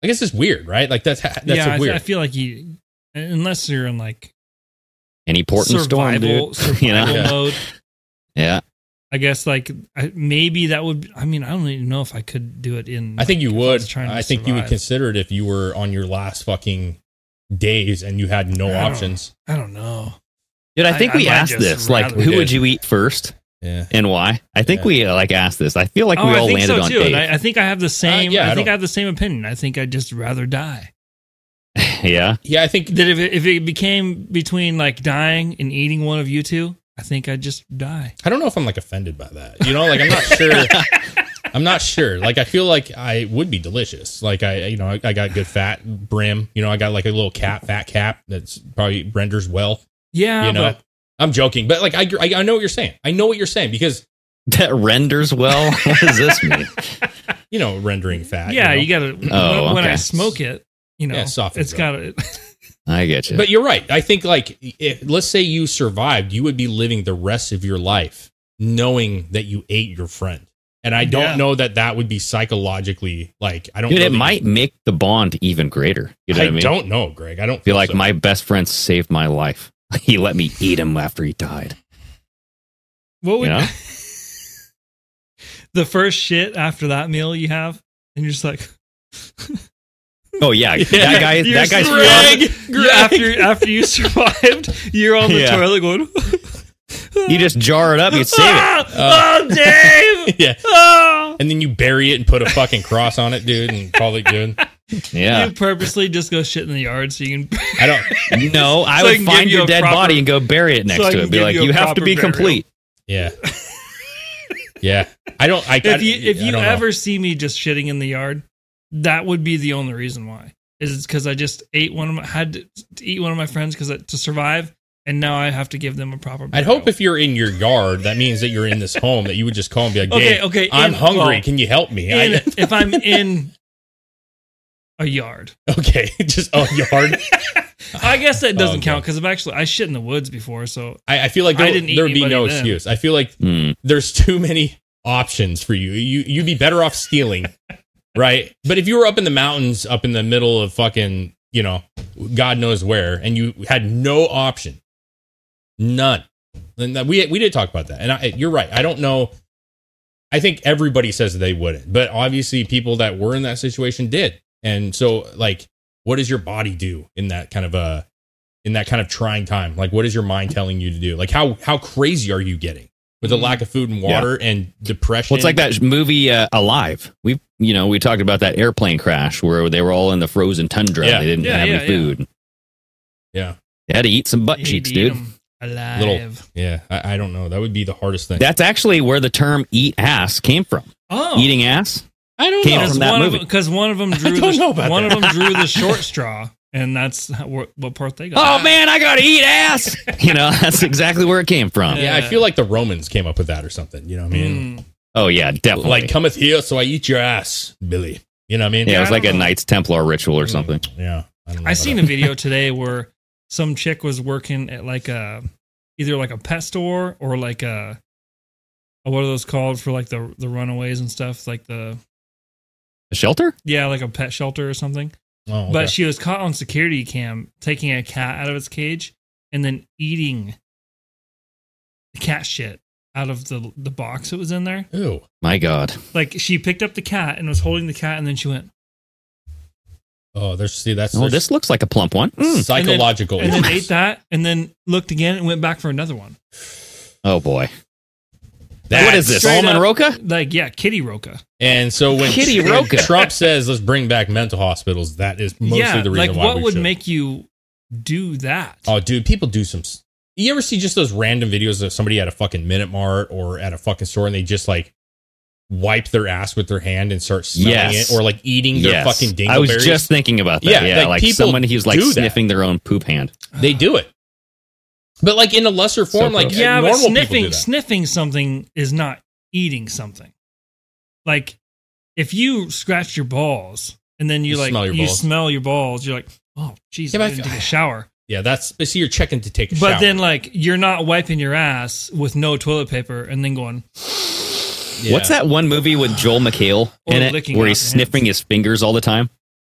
I guess it's weird, right? Like that's that's yeah, I, weird. I feel like you, unless you're in like Any port in storm, survival, dude. survival you know? Yeah. mode. Yeah. I guess like I, maybe that would. I mean, I don't even know if I could do it in. I think you if would. was trying to I think you would survive. consider it if you were on your last fucking days and you had no I don't- options. I don't know. Dude, I I- think I we might asked just this. Like, rather- who We would did. you eat first Yeah. and why? I think Yeah. we, uh, like, asked this. I feel like we Oh, I all think landed so on too. Dave. And I, I think I have the same. Uh, yeah, I I think don't- I have the same opinion. I think I'd just rather die. yeah. Yeah, I think That if it, if it became between like dying and eating one of you two, I think I'd just die. I don't know if I'm like offended by that. You know, like I'm not sure. I'm not sure. Like I feel like I would be delicious. Like I, you know, I, I got good fat brim. You know, I got like a little cap, fat cap that's probably renders well. Yeah, you know, Ah, but I'm joking, but like I, gr- I, I know what you're saying. I know what you're saying because That renders well. what does this mean? you know rendering fat. yeah, know? you, gotta. Oh, when- when I okay. smoke it, you know, Yeah, it softens it's up. got to I get you. But you're right. I think like if, let's say you survived, you would be living the rest of your life knowing that you ate your friend. And I don't Yeah. know that that would be psychologically like I don't. Dude, know it that- might make the bond even greater. You know I what I mean? don't know, Greg. I don't Be like, so. my best friend saved my life. He let me eat him after he died. What would You know? the first shit after that meal you have, and you're just like Oh yeah, that guy. you're That guy's just- Greg, Greg. after after you survived, you're on the Yeah. toilet going. You just jar it up. You save it. ah, oh, Dave! Yeah. Ah! And then you bury it and put a fucking cross on it, dude, and call it good. Yeah. You purposely just go shit in the yard so you can. I don't. No, I So I would can give find you your a dead proper- body and go bury it next I to can it. Be give like, you a you have to proper be burial." complete. Yeah. Yeah. I don't. I. If you if I you don't know. ever see me just shitting in the yard, that would be the only reason why. Is it's because I just ate one of my had to, to eat one of my friends because to survive, and now I have to give them a proper. I'd burial. hope if you're in your yard, that means that you're in this home, that you would just call and be like, Okay, "Dave, okay, I'm in- hungry. well, Can you help me?" in, I, if I'm in a yard. okay, just oh yard. I guess that doesn't Oh, count because I've actually I shit in the woods before, so I, I feel like I there, didn't eat there'd be anybody no then. excuse. I feel like Hmm. there's too many options for you. You you'd be better off stealing, right? But if you were up in the mountains, up in the middle of fucking, you know, God knows where, and you had no option, none. And that, we we did talk about that, and I, you're right. I don't know. I think everybody says that they wouldn't, but obviously people that were in that situation did. And so, like, what does your body do in that kind of uh in that kind of trying time? Like, what is your mind telling you to do? Like, how how crazy are you getting with the lack of food and water and depression? Mm-hmm. Well, it's like that movie uh, Alive. We, you know, we talked about that airplane crash where they were all in the frozen tundra. Yeah. and They didn't Yeah, have yeah, any food. Yeah, They had to eat some butt you cheeks, need dude. 'em Alive. little. Yeah, I, I don't know. That would be the hardest thing. That's actually where the term "eat ass" came from. Oh, Eating ass. I don't Came know. from because that one, of movie. 'em- 'cause one of them drew don't the know about one that. of them drew the short straw, and that's how- what, what part they got. Oh man, I gotta eat ass. You know, that's exactly where it came from. yeah, I feel like the Romans came up with that or something. You know what I mean? Uh, Mm. Oh yeah, definitely. Like, cometh here, so I eat your ass, Billy. You know what I mean? yeah, it was I like a don't know. Knights Templar ritual Mm. or something. Yeah. I, don't know I about seen that. a video today where some chick was working at like a either like a pet store or like a, a what are those called for like the the runaways and stuff like the A shelter? yeah like a pet shelter or something. Oh, okay. But she was caught on security cam taking a cat out of its cage and then eating the cat shit out of the the box that was in there. Ew. My God. Like she picked up the cat and was holding the cat, and then she went Oh, there's see that's Oh, there's this looks like a plump one. Mm. psychological. and then issues. ate that, and then looked again and went back for another one. Oh boy. That's what is this? straight Almond up- Roca? Like yeah, Kitty Roca. And so when Kitty when Roca. Trump says let's bring back mental hospitals, that is mostly yeah, the reason like why what we would should. make you do that? Oh, dude, people do some. s- You ever see just those random videos of somebody at a fucking Minute Mart or at a fucking store, and they just like wipe their ass with their hand and start smelling Yes. it, or like eating their Yes. fucking dingleberries? I was just thinking about that. Yeah, Yeah, like, like, people someone who's like do that. sniffing their own poop hand. they do it, but like in a lesser form, like uh, gross. yeah, normal but people do sniffing that. sniffing something is not eating something. Like if you scratch your balls and then you, You like smell your you balls. smell your balls, you're like, oh jeez, Yeah, but I I didn't feel- take a shower. yeah, that's. But see, you're checking to take a But shower. then like you're not wiping your ass with no toilet paper and then going, Yeah. What's that one movie with Joel McHale Or in it licking where out he's the sniffing his fingers all the time?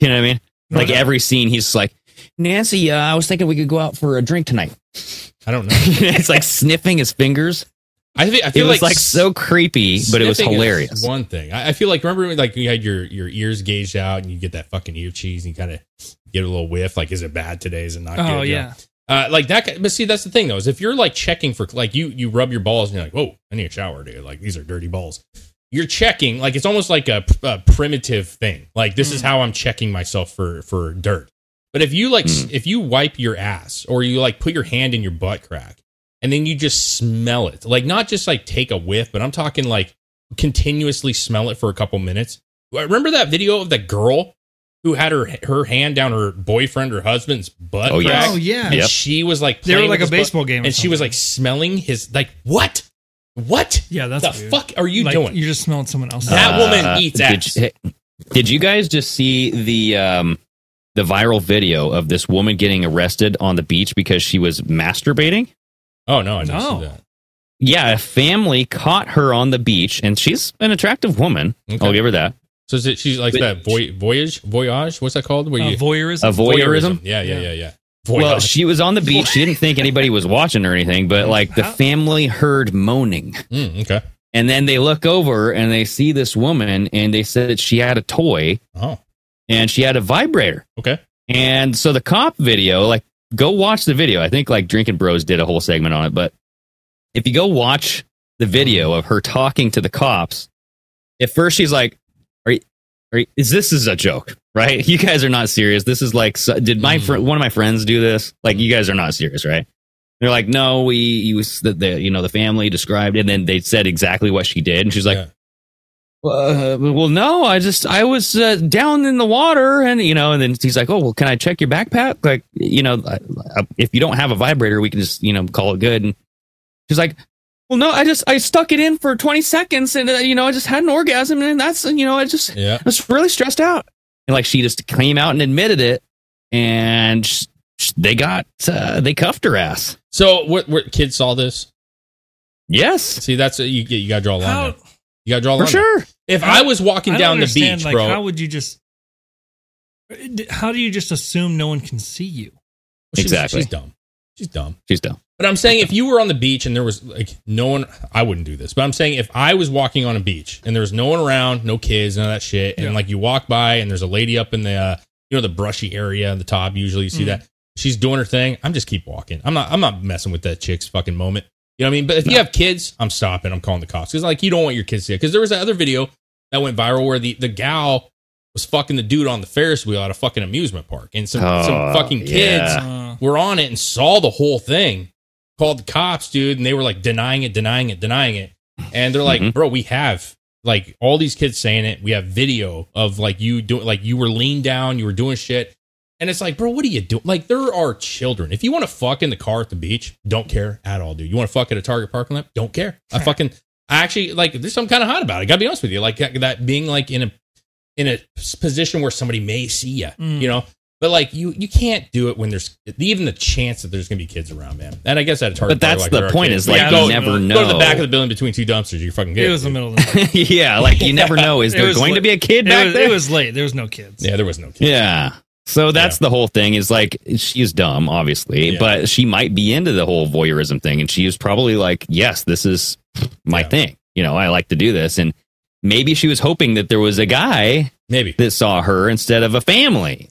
You know what I mean? No, like no. every scene, he's like, Nancy, uh, I was thinking we could go out for a drink tonight. I don't know. it's like sniffing his fingers. I think I It feel was like, s- so creepy, but it was sniffing is hilarious. One thing I, I feel like remember when, like you had your your ears gauged out and you get that fucking ear cheese and you kind of get a little whiff like is it bad today is it not good oh You know? yeah. uh, like that ki- but see that's the thing though is if you're like checking for like you you rub your balls and you're like whoa I need a shower dude like these are dirty balls you're checking like it's almost like a, p- a primitive thing like this is how I'm checking myself for for dirt but if you like s if you wipe your ass or you like put your hand in your butt crack and then you just smell it. Like not just like take a whiff, but I'm talking like continuously smell it for a couple minutes. I remember that video of the girl who had her her hand down her boyfriend or husband's butt. Oh, crack, yeah. Oh yeah. and Yep. she was like They were playing like with a his butt, baseball game or and she was something. like smelling his like what, what Yeah, that's the weird. fuck are you Like, doing? You're just smelling someone else's That ass. woman eats Uh, did ass. you- hey, did you guys just see the um, the viral video of this woman getting arrested on the beach because she was masturbating? oh no, I didn't No. see that. Yeah, a family caught her on the beach, and she's an attractive woman. Okay. I'll give her that. So is it, she's like But- that voy, voyage voyage? What's that called? Where Uh, you voyeurism. A voyeurism. Yeah, yeah, Yeah. yeah, yeah. Boy, well, God. she was on the beach. She didn't think anybody was watching or anything, but like the How- family heard moaning. Mm, okay. And then they look over and they see this woman and they said that she had a toy Oh, and she had a vibrator. okay. And so the cop video, like, go watch the video. I think like Drinking Bros did a whole segment on it, but if you go watch the video of her talking to the cops, at first she's like, "Are you, are you, is this is a joke, right? You guys are not serious. This is like, so, did my fr- one of my friends do this? Like, you guys are not serious, right?" They're like, "No, we you the, the you know the family described, and then they said exactly what she did, and she's like." Yeah. uh, well, no, I just I was uh, down in the water, and you know, and then he's like, "Oh, well, can I check your backpack?" Like, you know, I, I, uh, if you don't have a vibrator, we can just you know call it good. And she's like, "Well, no, I just I stuck it in for twenty seconds, and uh, you know, I just had an orgasm, and that's you know, I just Yeah. I was really stressed out." And like, she just came out and admitted it, and sh- sh- they got uh, they cuffed her ass. So what? What kids saw this? Yes, See, that's uh, you. You gotta draw a line. How, there. You gotta draw a for line. there. sure. If How- I was walking I don't down the understand, beach, like, bro, How would you just? How do you just assume no one can see you? she's, Exactly. she's dumb. She's dumb. She's dumb. But I'm saying if you were on the beach and there was like no one, I wouldn't do this. But I'm saying if I was walking on a beach and there was no one around, no kids, none of that shit, and Yeah. like you walk by and there's a lady up in the, uh, you know, the brushy area on the top. Usually you see Mhm. that she's doing her thing. I'm just keep walking. I'm not. I'm not messing with that chick's fucking moment. You know what I mean? But if you have kids, I'm stopping. I'm calling the cops because like you don't want your kids to. Because there was that other video that went viral where the the gal was fucking the dude on the Ferris wheel at a fucking amusement park, and some some Oh, fucking kids yeah. Uh, were on it and saw the whole thing, called the cops, dude, and they were like denying it, denying it, denying it. And they're like, Mhm. bro, we have like all these kids saying it. We have video of like you doing, like you were leaned down, you were doing shit. And it's like, bro, what are you doing? Like, there are children. If you want to fuck in the car at the beach, don't care at all, dude. You want to fuck at a Target parking lot? Don't care. I fucking, I actually like. There's some kind of hot about it. I gotta be honest with you. Like that, that being like in a in a s- position where somebody may see you, Mm. you know. But like you, you can't do it when there's even the chance that there's gonna be kids around, man. And I guess at a target. But that's park, like, there the are point. kids. Is like Yeah, you go- never go to know. go to the back of the building between two dumpsters. You're fucking it good. was the middle of the night. yeah, like you never know. Is It there was going like- to be a kid it, back was, there? it was late. There was no kids. Yeah, there was no kids. yeah. So that's the whole thing is like she's dumb, obviously, Yeah. but she might be into the whole voyeurism thing. And she was probably like, yes, this is my Yeah. thing. You know, I like to do this. And maybe she was hoping that there was a guy Maybe. that saw her instead of a family.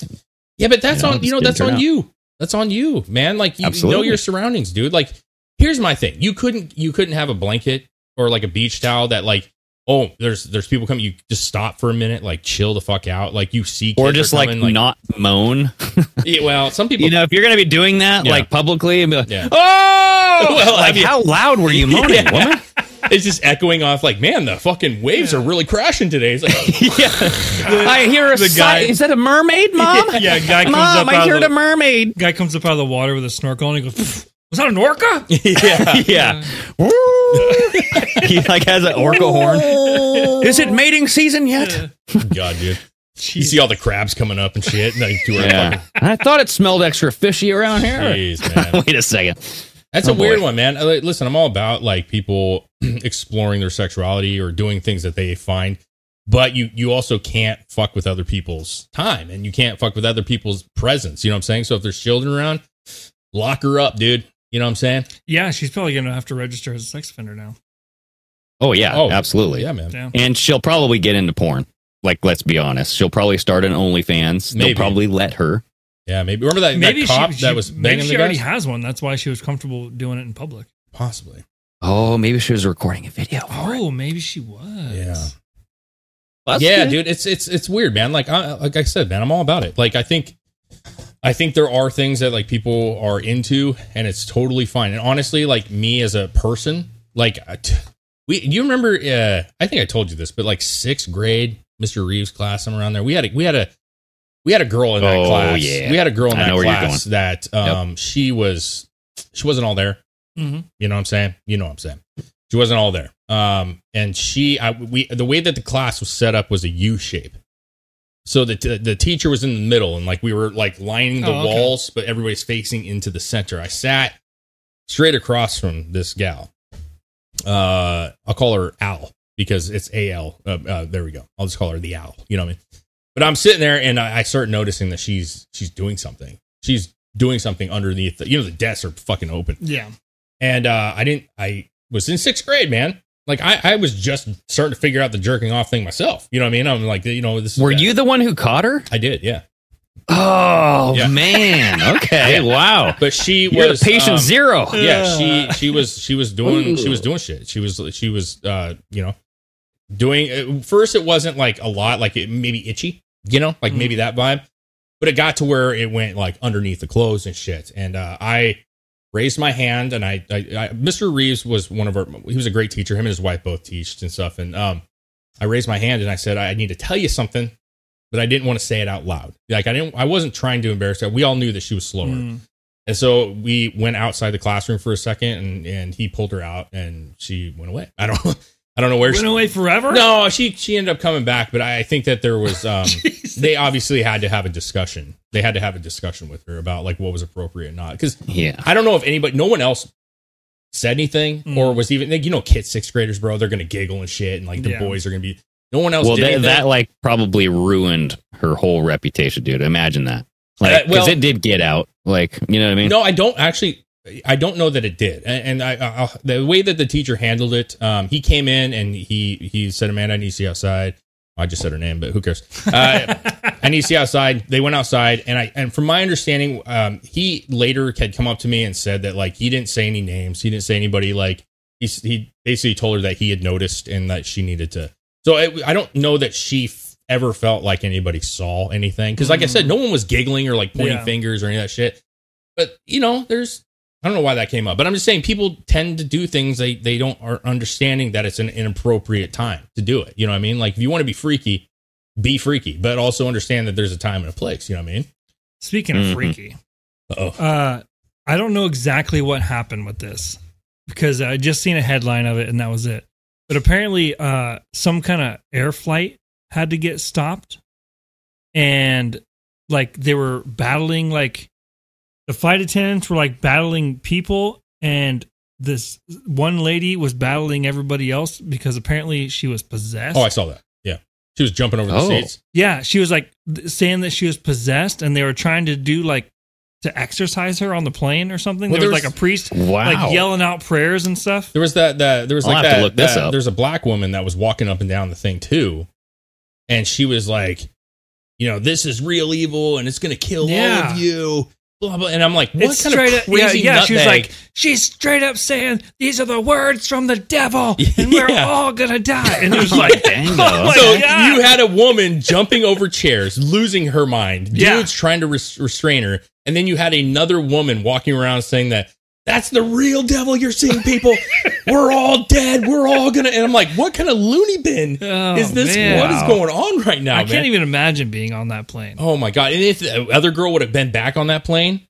Yeah, but that's You on know, you just know didn't that's turn on out. you. That's on you, man. Like you know Absolutely. your surroundings, dude. Like here's my thing. You couldn't you couldn't have a blanket or like a beach towel that like oh there's there's people coming. You just stop for a minute, like chill the fuck out. Like you see kids Or are just like, coming, not moan. Yeah, well, some people You know, if you're going to be doing that Yeah. like publicly and be like, Yeah. oh, Well, I like mean- how loud were you moaning, Yeah. woman? it's just echoing off like man the fucking waves are really crashing today. It's like yeah. I hear a The si- guy- Is that a mermaid, mom? Yeah, guy comes up mom, I out heard of a the, mermaid. guy comes up out of the water with a snorkel and he goes, "Pff, "Was that an orca?" yeah. Yeah. he like has an orca horn. Is it mating season yet? oh, God, dude. You see all the crabs coming up and shit. And like, do our Yeah. I thought it smelled extra fishy around here. fucking, jeez, man. Wait a second. That's Oh, a weird boy. one, man. Uh, like, Listen, I'm all about like people exploring their sexuality or doing things that they find, but you you also can't fuck with other people's time and you can't fuck with other people's presence. You know what I'm saying? So if there's children around, lock her up, dude. You know what I'm saying? Yeah, she's probably gonna have to register as a sex offender now. Oh yeah, absolutely. Yeah, man. Damn. And she'll probably get into porn. Like, let's be honest. She'll probably start an OnlyFans. Maybe. They'll probably let her. Yeah, maybe. Remember that, Maybe that cop she, that she- was maybe banging she the already guys? has one. That's why she was comfortable doing it in public. Possibly. Oh, maybe she was recording a video. for it. Oh, maybe she was. Yeah. That's yeah, good. dude, it's it's it's weird, man. Like I like I said, man, I'm all about it. Like I think I think there are things that like people are into and it's totally fine. And honestly, like me as a person, like I t- we you remember uh I think I told you this, but like 6th grade Mr. Reeves class somewhere around there. We had a, we had a we had a girl in that Oh, class. yeah. We had a girl in I that know where you're class that um she was she wasn't all there. Mhm. You know what I'm saying? You know what I'm saying. She wasn't all there. Um, and she, I, we, the way that the class was set up was a U shape. So the, t- the teacher was in the middle and like we were like lining the Oh, okay. walls, but everybody's facing into the center. I sat straight across from this gal. Uh, I'll call her Al because it's AL. Uh, uh, there we go. I'll just call her the Owl. You know what I mean? But I'm sitting there and I, I start noticing that she's she's doing something. She's doing something underneath. The, you know, the desks are fucking open. Yeah. And uh, I didn't. I was in sixth grade, man. Like I, I was just starting to figure out the jerking off thing myself. You know what I mean? I'm like, you know, this. Is Were bad. you the one who caught her? I did, yeah. Oh Yeah. man. Okay. Wow. But she You're was the patient um, zero. yeah she she was she was doing she was doing shit she was she was uh you know doing uh, first it wasn't like a lot like it maybe itchy you know like maybe that vibe but it got to where it went like underneath the clothes and shit and uh i raised my hand and i i, I mr reeves was one of our he was a great teacher him and his wife both teached and stuff and um i raised my hand and i said i need to tell you something but i didn't want to say it out loud like i didn't i wasn't trying to embarrass her we all knew that she was slower Mm. and so we went outside the classroom for a second, and, and he pulled her out, and she went away. I don't, I don't know where. Went She, away forever? no, she she ended up coming back, but I, I think that there was um, Jeez. they obviously had to have a discussion. They had to have a discussion with her about like what was appropriate and not because Yeah. I don't know if anybody, no one else said anything Mm. or was even like, you know kids sixth graders, bro. They're gonna giggle and shit, and like the Yeah. boys are gonna be. No one else Well, did that, anything. that like probably ruined her whole reputation, dude. Imagine that. Like, Uh, well- because it did get out. Like, you know what I mean? No, I don't actually. I don't know that it did, and, and I, I I'll- the way that the teacher handled it, um, he came in and he he said, "Amanda, I need to see you outside." I just said her name, but who cares? Uh, I need to see you outside. They went outside, and I and from my understanding, um, he later had come up to me and said that like he didn't say any names, he didn't say anybody. Like he s- he basically told her that he had noticed and that she needed to. So I, I don't know that she f- ever felt like anybody saw anything because, like I said, no one was giggling or like pointing Yeah. fingers or any of that shit but you know, there's I don't know why that came up, but I'm just saying people tend to do things they they don't are understanding that it's an inappropriate time to do it. You know what I mean? Like if you want to be freaky, be freaky, but also understand that there's a time and a place. You know what I mean? Speaking of Mm-hmm. Mhm. freaky, Uh oh. uh, I don't know exactly what happened with this because I just seen a headline of it and that was it. But apparently, uh, some kind of air flight had to get stopped, and like they were battling, like the flight attendants were like battling people, and this one lady was battling everybody else because apparently she was possessed. Oh, I saw that. Yeah, she was jumping over the Oh. seats. Yeah, she was like th- saying that she was possessed, and they were trying to do like to exorcise her on the plane or something. Well, there was there's- like a priest Wow. like yelling out prayers and stuff. There was that that there was I'll like have to that, look this that- up. there's a black woman that was walking up and down the thing too. And she was like, you know, this is real evil and it's gonna kill all Yeah. of you. Blah blah. And I'm like, what it's kind straight of up, yeah, crazy yeah. She was nutbag? like, she's straight up saying these are the words from the devil, and we're Yeah. all gonna die. And it was like, Dango. oh my so god, you had a woman jumping over chairs, losing her mind, dudes Yeah. trying to res- restrain her, and then you had another woman walking around saying that that's the real devil you're seeing, people. We're all dead. We're all gonna. And I'm like, what kind of loony bin Oh, is this? man. What is going on right now, I man? can't even imagine being on that plane. oh my god! And if the other girl would have been back on that plane,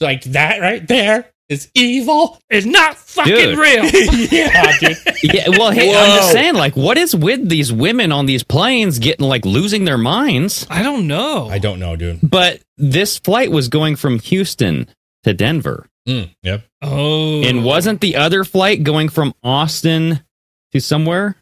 like that right there is evil. It's not fucking Dude. real. yeah, dude. yeah, well, hey, I'm just Whoa. saying, like, what is with these women on these planes getting like losing their minds? I don't know. I don't know, dude. But this flight was going from Houston to Denver, Mm, yep. oh, and wasn't the other flight going from Austin to somewhere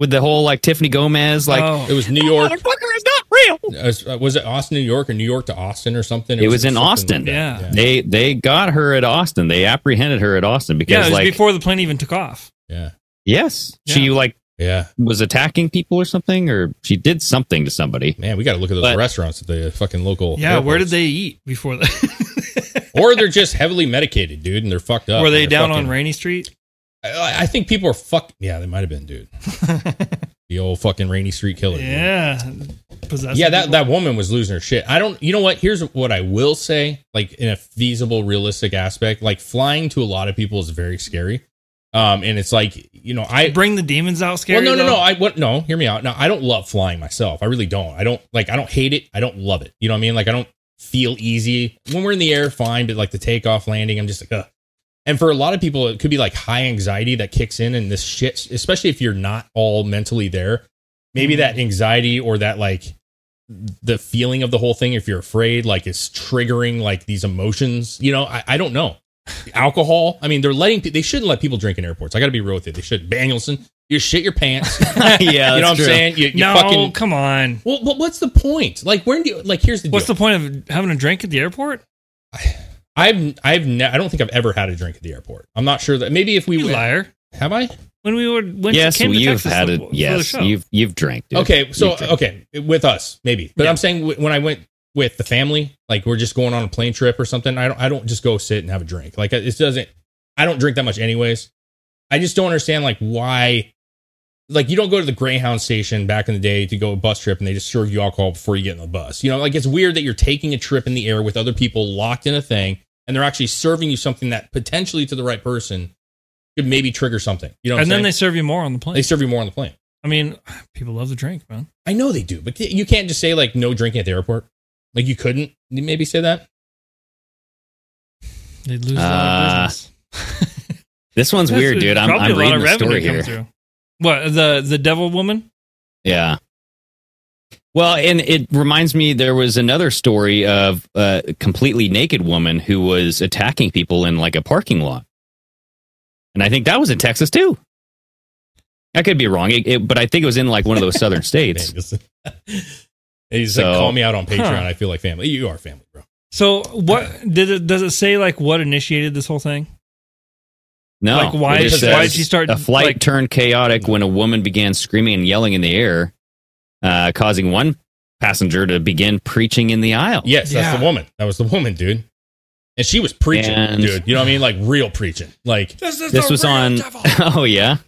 with the whole like Tiffany Gomez? Like, Oh. It was New York. motherfucker is not real. was, was it Austin, New York, or New York to Austin, or something? It was in something Austin. that. Yeah. They they got her at Austin. They apprehended her at Austin because yeah, it was like before the plane even took off. yeah, yes, she Yeah. like yeah. was attacking people or something, or she did something to somebody. Man, we got to look at those But- restaurants at the fucking local. Yeah, where did airports. they eat before that? Or they're just heavily medicated, dude, and they're fucked up. Were and they they're down fucking- on Rainy Street? I, I think people are fuck. Yeah, they might have been, dude. the old fucking rainy street killer. dude. Yeah, possessed. Oh, yeah. That that woman was losing her shit. I don't. You know what? Here's what I will say. Like in a feasible, realistic aspect, like flying to a lot of people is very scary. Um, and it's like you know, I bring the demons out. Scary. Well, no, no, though? no. I what? No, hear me out. No, I don't love flying myself. I really don't. I don't like. I don't hate it. I don't love it. You know what I mean? Like I don't feel easy when we're in the air. Fine, but like the takeoff, landing, I'm just like, ugh. And for a lot of people, it could be like high anxiety that kicks in, and this shit, especially if you're not all mentally there. Maybe Mm. that anxiety or that like the feeling of the whole thing, if you're afraid, like it's triggering like these emotions. You know, I, I don't know. Alcohol. I mean, they're letting pe- they shouldn't let people drink in airports. I got to be real with you. They should. Danielson, you shit your pants. yeah, you know that's what true. I'm saying? You, you no. fucking. come on. Well, but what's the point? Like, where do you like? Here's the deal. What's the point of having a drink at the airport? I've I've ne- I don't think I've ever had a drink at the airport. I'm not sure that maybe if we You went- liar. have I When we were when yes, came to you've Texas had for- it. for the Yes, show. you've you've drank. dude. okay so You've drank. okay with us maybe but Yeah. I'm saying w- when I went with the family like we're just going on a plane trip or something I don't I don't just go sit and have a drink like it doesn't I don't drink that much anyways I just don't understand like why like you don't go to the Greyhound station back in the day to go a bus trip and they just serve you alcohol before you get in the bus you know like it's weird that you're taking a trip in the air with other people locked in a thing and they're actually serving you something that potentially to the right person could maybe trigger something you know what and I'm then they saying? serve you more on the plane. they serve you more on the plane. I mean, people love the drink, man. I know they do, but you can't just say like no drinking at the airport. Like you couldn't maybe say that. They lose a lot Uh, of business. This one's weird, That's- dude. I'm, probably I'm reading the revenue story come here. through. What the the devil woman? Yeah. Well, and it reminds me there was another story of a completely naked woman who was attacking people in like a parking lot. And I think that was in Texas too. I could be wrong, it, it, but I think it was in like one of those southern Man, states. just, he's So- like call me out on Patreon. Huh. I feel like family. You are family, bro. So what did it? Does it say like what initiated this whole thing? No, Like, why it is- says, why did she start, A flight like- turned chaotic when a woman began screaming and yelling in the air, uh, causing one passenger to begin preaching in the aisle. Yes, that's Yeah. the woman. That was the woman, dude. And she was preaching, And- dude. You know what I mean? Like real preaching. Like mm-hmm. This was on. Oh yeah.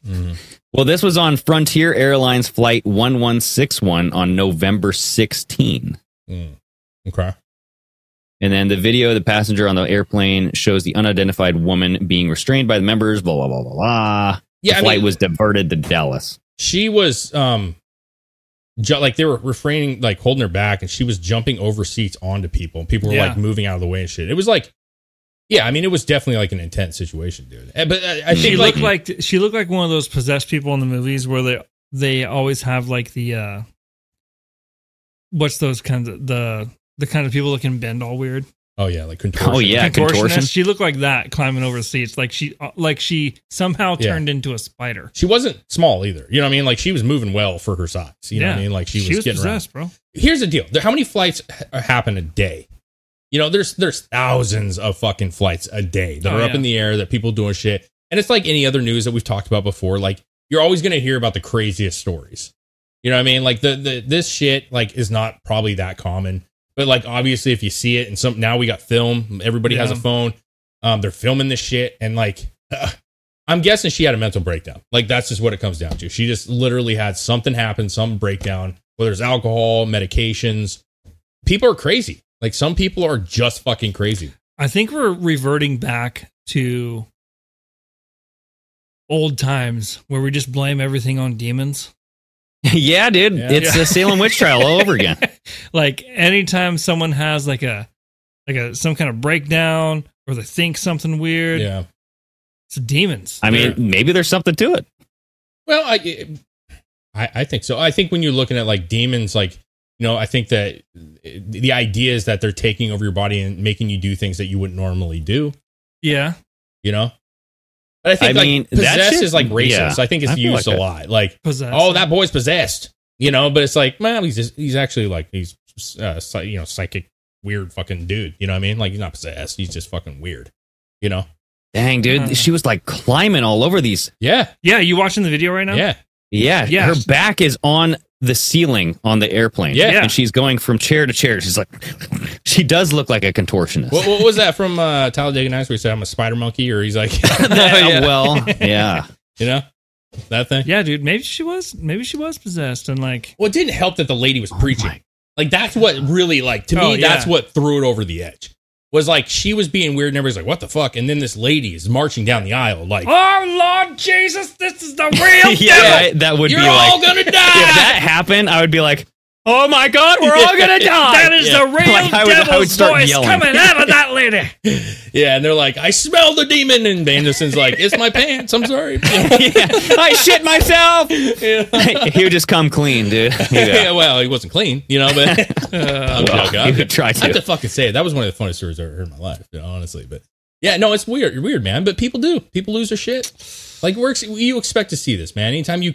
Well, this was on Frontier Airlines Flight 1161 on November 16. mm, okay. And then the video of the passenger on the airplane shows the unidentified woman being restrained by the members, blah, blah, blah, blah, blah. Yeah, the I flight mean- was diverted to Dallas. she was um ju- like they were refraining like holding her back and she was jumping over seats onto people and people were Yeah. like moving out of the way and shit it was like yeah i mean it was definitely like an intense situation dude Eh, but i, I She think like, looked like she looked like one of those possessed people in the movies where they they always have like the uh what's those kinds of the the kind of people that can bend all weird. oh yeah like contortion. Oh, yeah, Contortionist. contortion. She looked like that climbing over seats, like she uh, like she somehow Yeah. turned into a spider. she wasn't small either you know what i mean like she was moving well for her size you know what i mean like she was, getting around possessed, bro. here's the deal There- how many flights ha- uh, happen a day you know there's there's thousands of fucking flights a day that Oh, are up yeah. in the air that people doing shit and it's like any other news that we've talked about before like you're always going to hear about the craziest stories you know what i mean like the, the this shit like is not probably that common but like obviously if you see it and some now we got film everybody has a Yeah. phone um they're filming this shit and like i'm guessing she had a mental breakdown like that's just what it comes down to she just literally had something happen some breakdown whether it's alcohol medications people are crazy like some people are just fucking crazy I think we're reverting back to old times where we just blame everything on demons. yeah, dude. Yeah. It's a Salem witch trial all over again. like anytime someone has like a like a some kind of breakdown or they think something weird, yeah it's demons. I mean, maybe there's something to it. Well, I, I I think so. I think when you're looking at like demons, like you know, I think that the idea is that they're taking over your body and making you do things that you wouldn't normally do. yeah. You know, but I think I like mean, that possessed shit- is like racist. yeah. I think it's I feel used like a that. lot. Like, Possessed. oh, that boy's possessed. You know, but it's like, man, he's just, he's actually like he's uh, psy- you know psychic weird fucking dude. You know what I mean? Like he's not possessed. He's just fucking weird. You know? Dang, Uh. Uh-huh. dude. She was like climbing all over these. Yeah. Yeah, you watching the video right now? Yeah. Yeah. Yeah. Her back is on the ceiling on the airplane. Yeah. And she's going from chair to chair. She's like, she does look like a contortionist. What, what was that from uh, Talladega Nights where he said I'm a spider monkey, or he's like, yeah. Oh, Well, yeah. You know that thing. Yeah, dude. Maybe she was maybe she was possessed and like Well, it didn't help that the lady was preaching. Oh my like that's what really like to me. Oh, yeah. That's what threw it over the edge. Was like she was being weird, and everybody's like, "What the fuck?" And then this lady is marching down the aisle, like, Oh Lord Jesus, this is the real yeah, right? that would "You're be all like, gonna die." if that happened, I would be like, oh my God, we're all gonna die. That is Yeah. the real Like, I would- I devil's would start voice yelling. coming out of that lady. yeah, and they're like, "I smell the demon," and Anderson's like, "It's my pants. I'm sorry." yeah, I shit myself. yeah. he would just come clean, dude. Yeah. well, he wasn't clean, you know, but uh, I'm Well, joking. "Oh," he I'm- would try I have to to. fucking say it. That was one of the funniest stories I ever heard in my life, you know, honestly. But yeah, no, it's weird, weird, man. But people do. People lose their shit. Like works, you expect to see this, man. Anytime you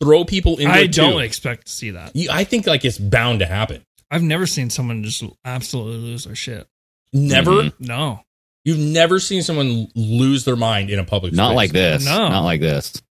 throw people into, I a don't tube, expect to see that. you, I think like it's bound to happen. I've never seen someone just absolutely lose their shit. Never. Mm-hmm. Mhm. No. You've never seen someone lose their mind in a public. Not space. like this. No. Not like this.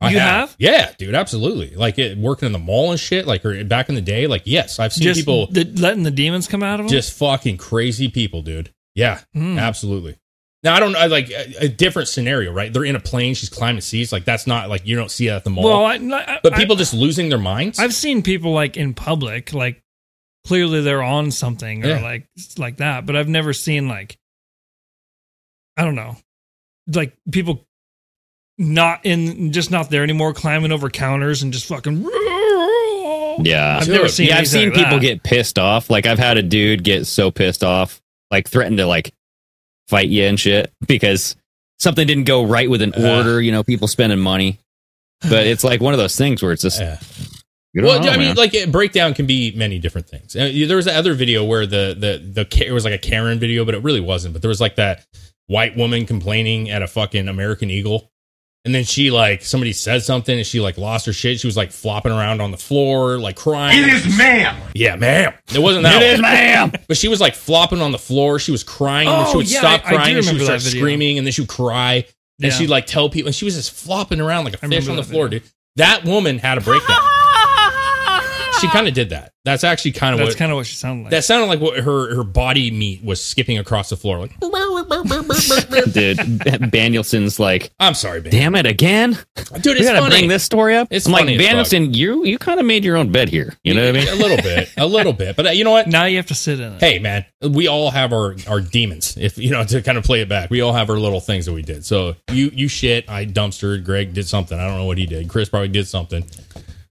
I You have? Yeah, dude, absolutely. Like it working in the mall and shit. Like or back in the day. Like yes, I've seen Just people the, letting the demons come out of them. just fucking crazy people, dude. Yeah, Mm. absolutely. Now I don't I like a, a different scenario, right? They're in a plane. She's climbing seas. Like that's not like you don't see that at the mall. well, I, I, but people just losing their minds. I, have seen people like in public, like clearly they're on something or Yeah. like like that. But I've never seen like I don't know, like people not in just not there anymore, climbing over counters and just fucking. Yeah. I've never Dude. seen. yeah, I've anything seen like people that. get pissed off. Like I've had a dude get so pissed off, like threatened to like fight you and shit because something didn't go right with an Uh. order. You know, people spending money, but it's like one of those things where it's just Yeah. you don't Well, know, I mean, man. like it, breakdown can be many different things. Uh, There was that other video where the the the Ka- it was like a Karen video, but it really wasn't. But there was like that white woman complaining at a fucking American Eagle, and then she like somebody said something, and she like lost her shit. She was like flopping around on the floor, like crying. It is ma'am. yeah, ma'am. It wasn't that. it one. is, ma'am. But she was like flopping on the floor. She was crying. and then she Oh, would yeah, stop I- I do crying. and she would remember start that video. screaming, and then she would cry. And Yeah. she'd like tell people, and she was just flopping around like a I fish remember on the that floor, video. dude. That woman had a breakdown. she kind of did that. That's actually kind of That's what kind of what she sounded like. that sounded like. What her her body meat was skipping across the floor. Like, Dude, Danielson's like, I'm sorry, man. damn it again. dude, We it's gotta funny. bring this story up. It's I'm like funny as fuck. Danielson, you you kind of made your own bed here. You know what I mean? a little bit, a little bit. But uh, you know what? now you have to sit in it. Hey, man, we all have our our demons. If you know to kind of play it back, we all have our little things that we did. So you you shit, I dumpstered. Greg did something. I don't know what he did. Chris probably did something.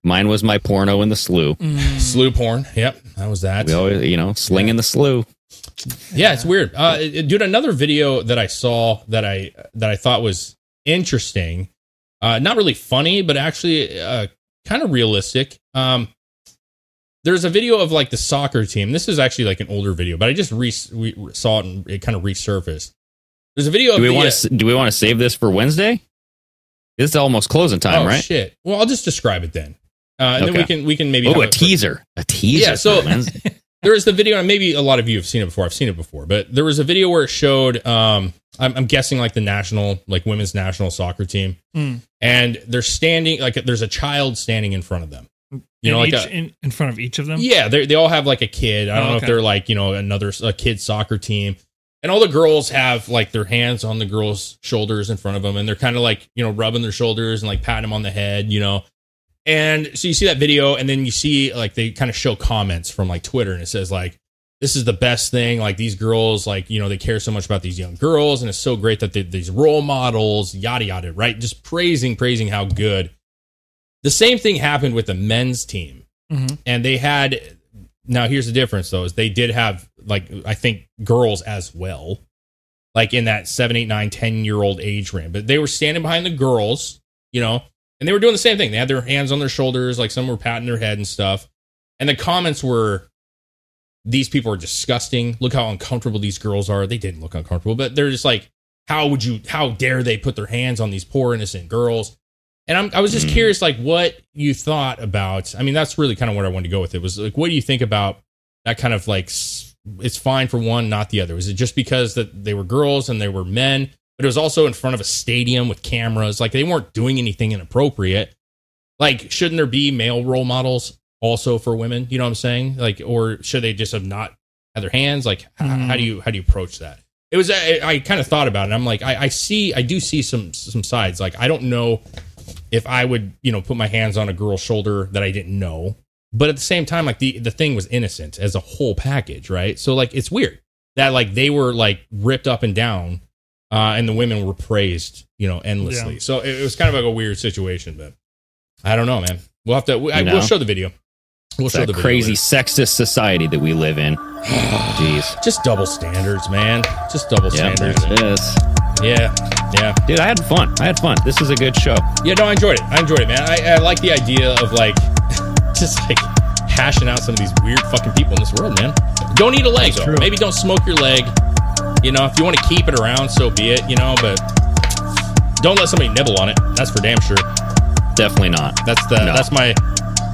Mine was my porno in the slough. Slew porn. Yep, that was that. We always, you know, slinging the slough. yeah, it's weird. Uh, it- it- dude, another video that I saw that I that I thought was interesting, uh, not really funny, but actually uh, kind of realistic. Um, there's a video of like the soccer team. This is actually like an older video, but I just re- we re- saw it and it kind of resurfaced. There's a video. Do of we the, want uh, to? Do we want to save this for Wednesday? This is almost closing time, oh, right? Shit. Well, I'll just describe it then, uh, and then we Okay. can we can maybe Oh, have a it- teaser, a teaser. Yeah, so- for Wednesday. there is the video, and maybe a lot of you have seen it before. I've seen it before, but there was a video where it showed. Um, I'm, I'm guessing like the national, like women's national soccer team, Mm. and they're standing like there's a child standing in front of them. You know, in, like each, a, in, in front of each of them. yeah, they they all have like a kid. I don't Oh, know if okay. they're like you know another a kid soccer team, and all the girls have like their hands on the girls' shoulders in front of them, and they're kind of like you know rubbing their shoulders and like patting them on the head, you know. And so you see that video, and then you see like they kind of show comments from like Twitter, and it says like this is the best thing. Like these girls, like you know, they care so much about these young girls, and it's so great that they, these role models, yada yada, right? Just praising, praising how good. The same thing happened with the men's team Mhm. and they had now here's the difference though is they did have like i think girls as well like in that 7 8 9 10 year old age range but they were standing behind the girls you know and they were doing the same thing they had their hands on their shoulders like some were patting their head and stuff and the comments were these people are disgusting look how uncomfortable these girls are they didn't look uncomfortable but they're just like how would you how dare they put their hands on these poor innocent girls and I'm, I was just curious, like what you thought about. I mean, that's really kind of what I wanted to go with. It was like, what do you think about that kind of like? s- It's fine for one, not the other. Was it just because that they were girls and they were men, but it was also in front of a stadium with cameras? Like they weren't doing anything inappropriate. Like, shouldn't there be male role models also for women? You know what I'm saying? Like, or should they just have not had their hands? Like, h- how do you how do you approach that? It was I, I kind of thought about it. I'm like, I, I see, I do see some some sides. Like, I don't know if I would, you know, put my hands on a girl's shoulder that I didn't know. But at the same time, like the the thing was innocent as a whole package, right? So like it's weird that like they were like ripped up and down, uh, and the women were praised, you know, endlessly. Yeah. So it, it was kind of like a weird situation, but I don't know, man. We'll have to. We, I, You We'll know? show the video. We'll show that the video crazy later. sexist society that we live in. Jeez. Just double standards, man. Just double Yeah, there standards. it is. Yeah, yeah. Dude, I had fun. I had fun. This is a good show. Yeah, no, I enjoyed it. I enjoyed it, man. I, I like the idea of like just like hashing out some of these weird fucking people in this world, man. Don't eat a leg though. Maybe don't smoke your leg. You know, if you want to keep it around, so be it. You know, but don't let somebody nibble on it. That's for damn sure. Definitely not. That's the No. that's my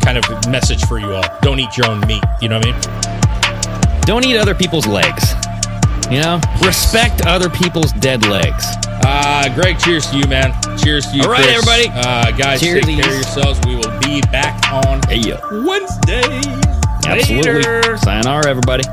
kind of message for you all. Don't eat your own meat. You know what I mean? Don't eat other people's legs. You know, respect other people's dead legs. Uh, Greg, cheers to you, man. Cheers to you. All right, Chris. everybody. Uh, guys, Cheers. take care of yourselves. We will be back on Hey, yo. Wednesday. Absolutely. Later. Sayonara, everybody.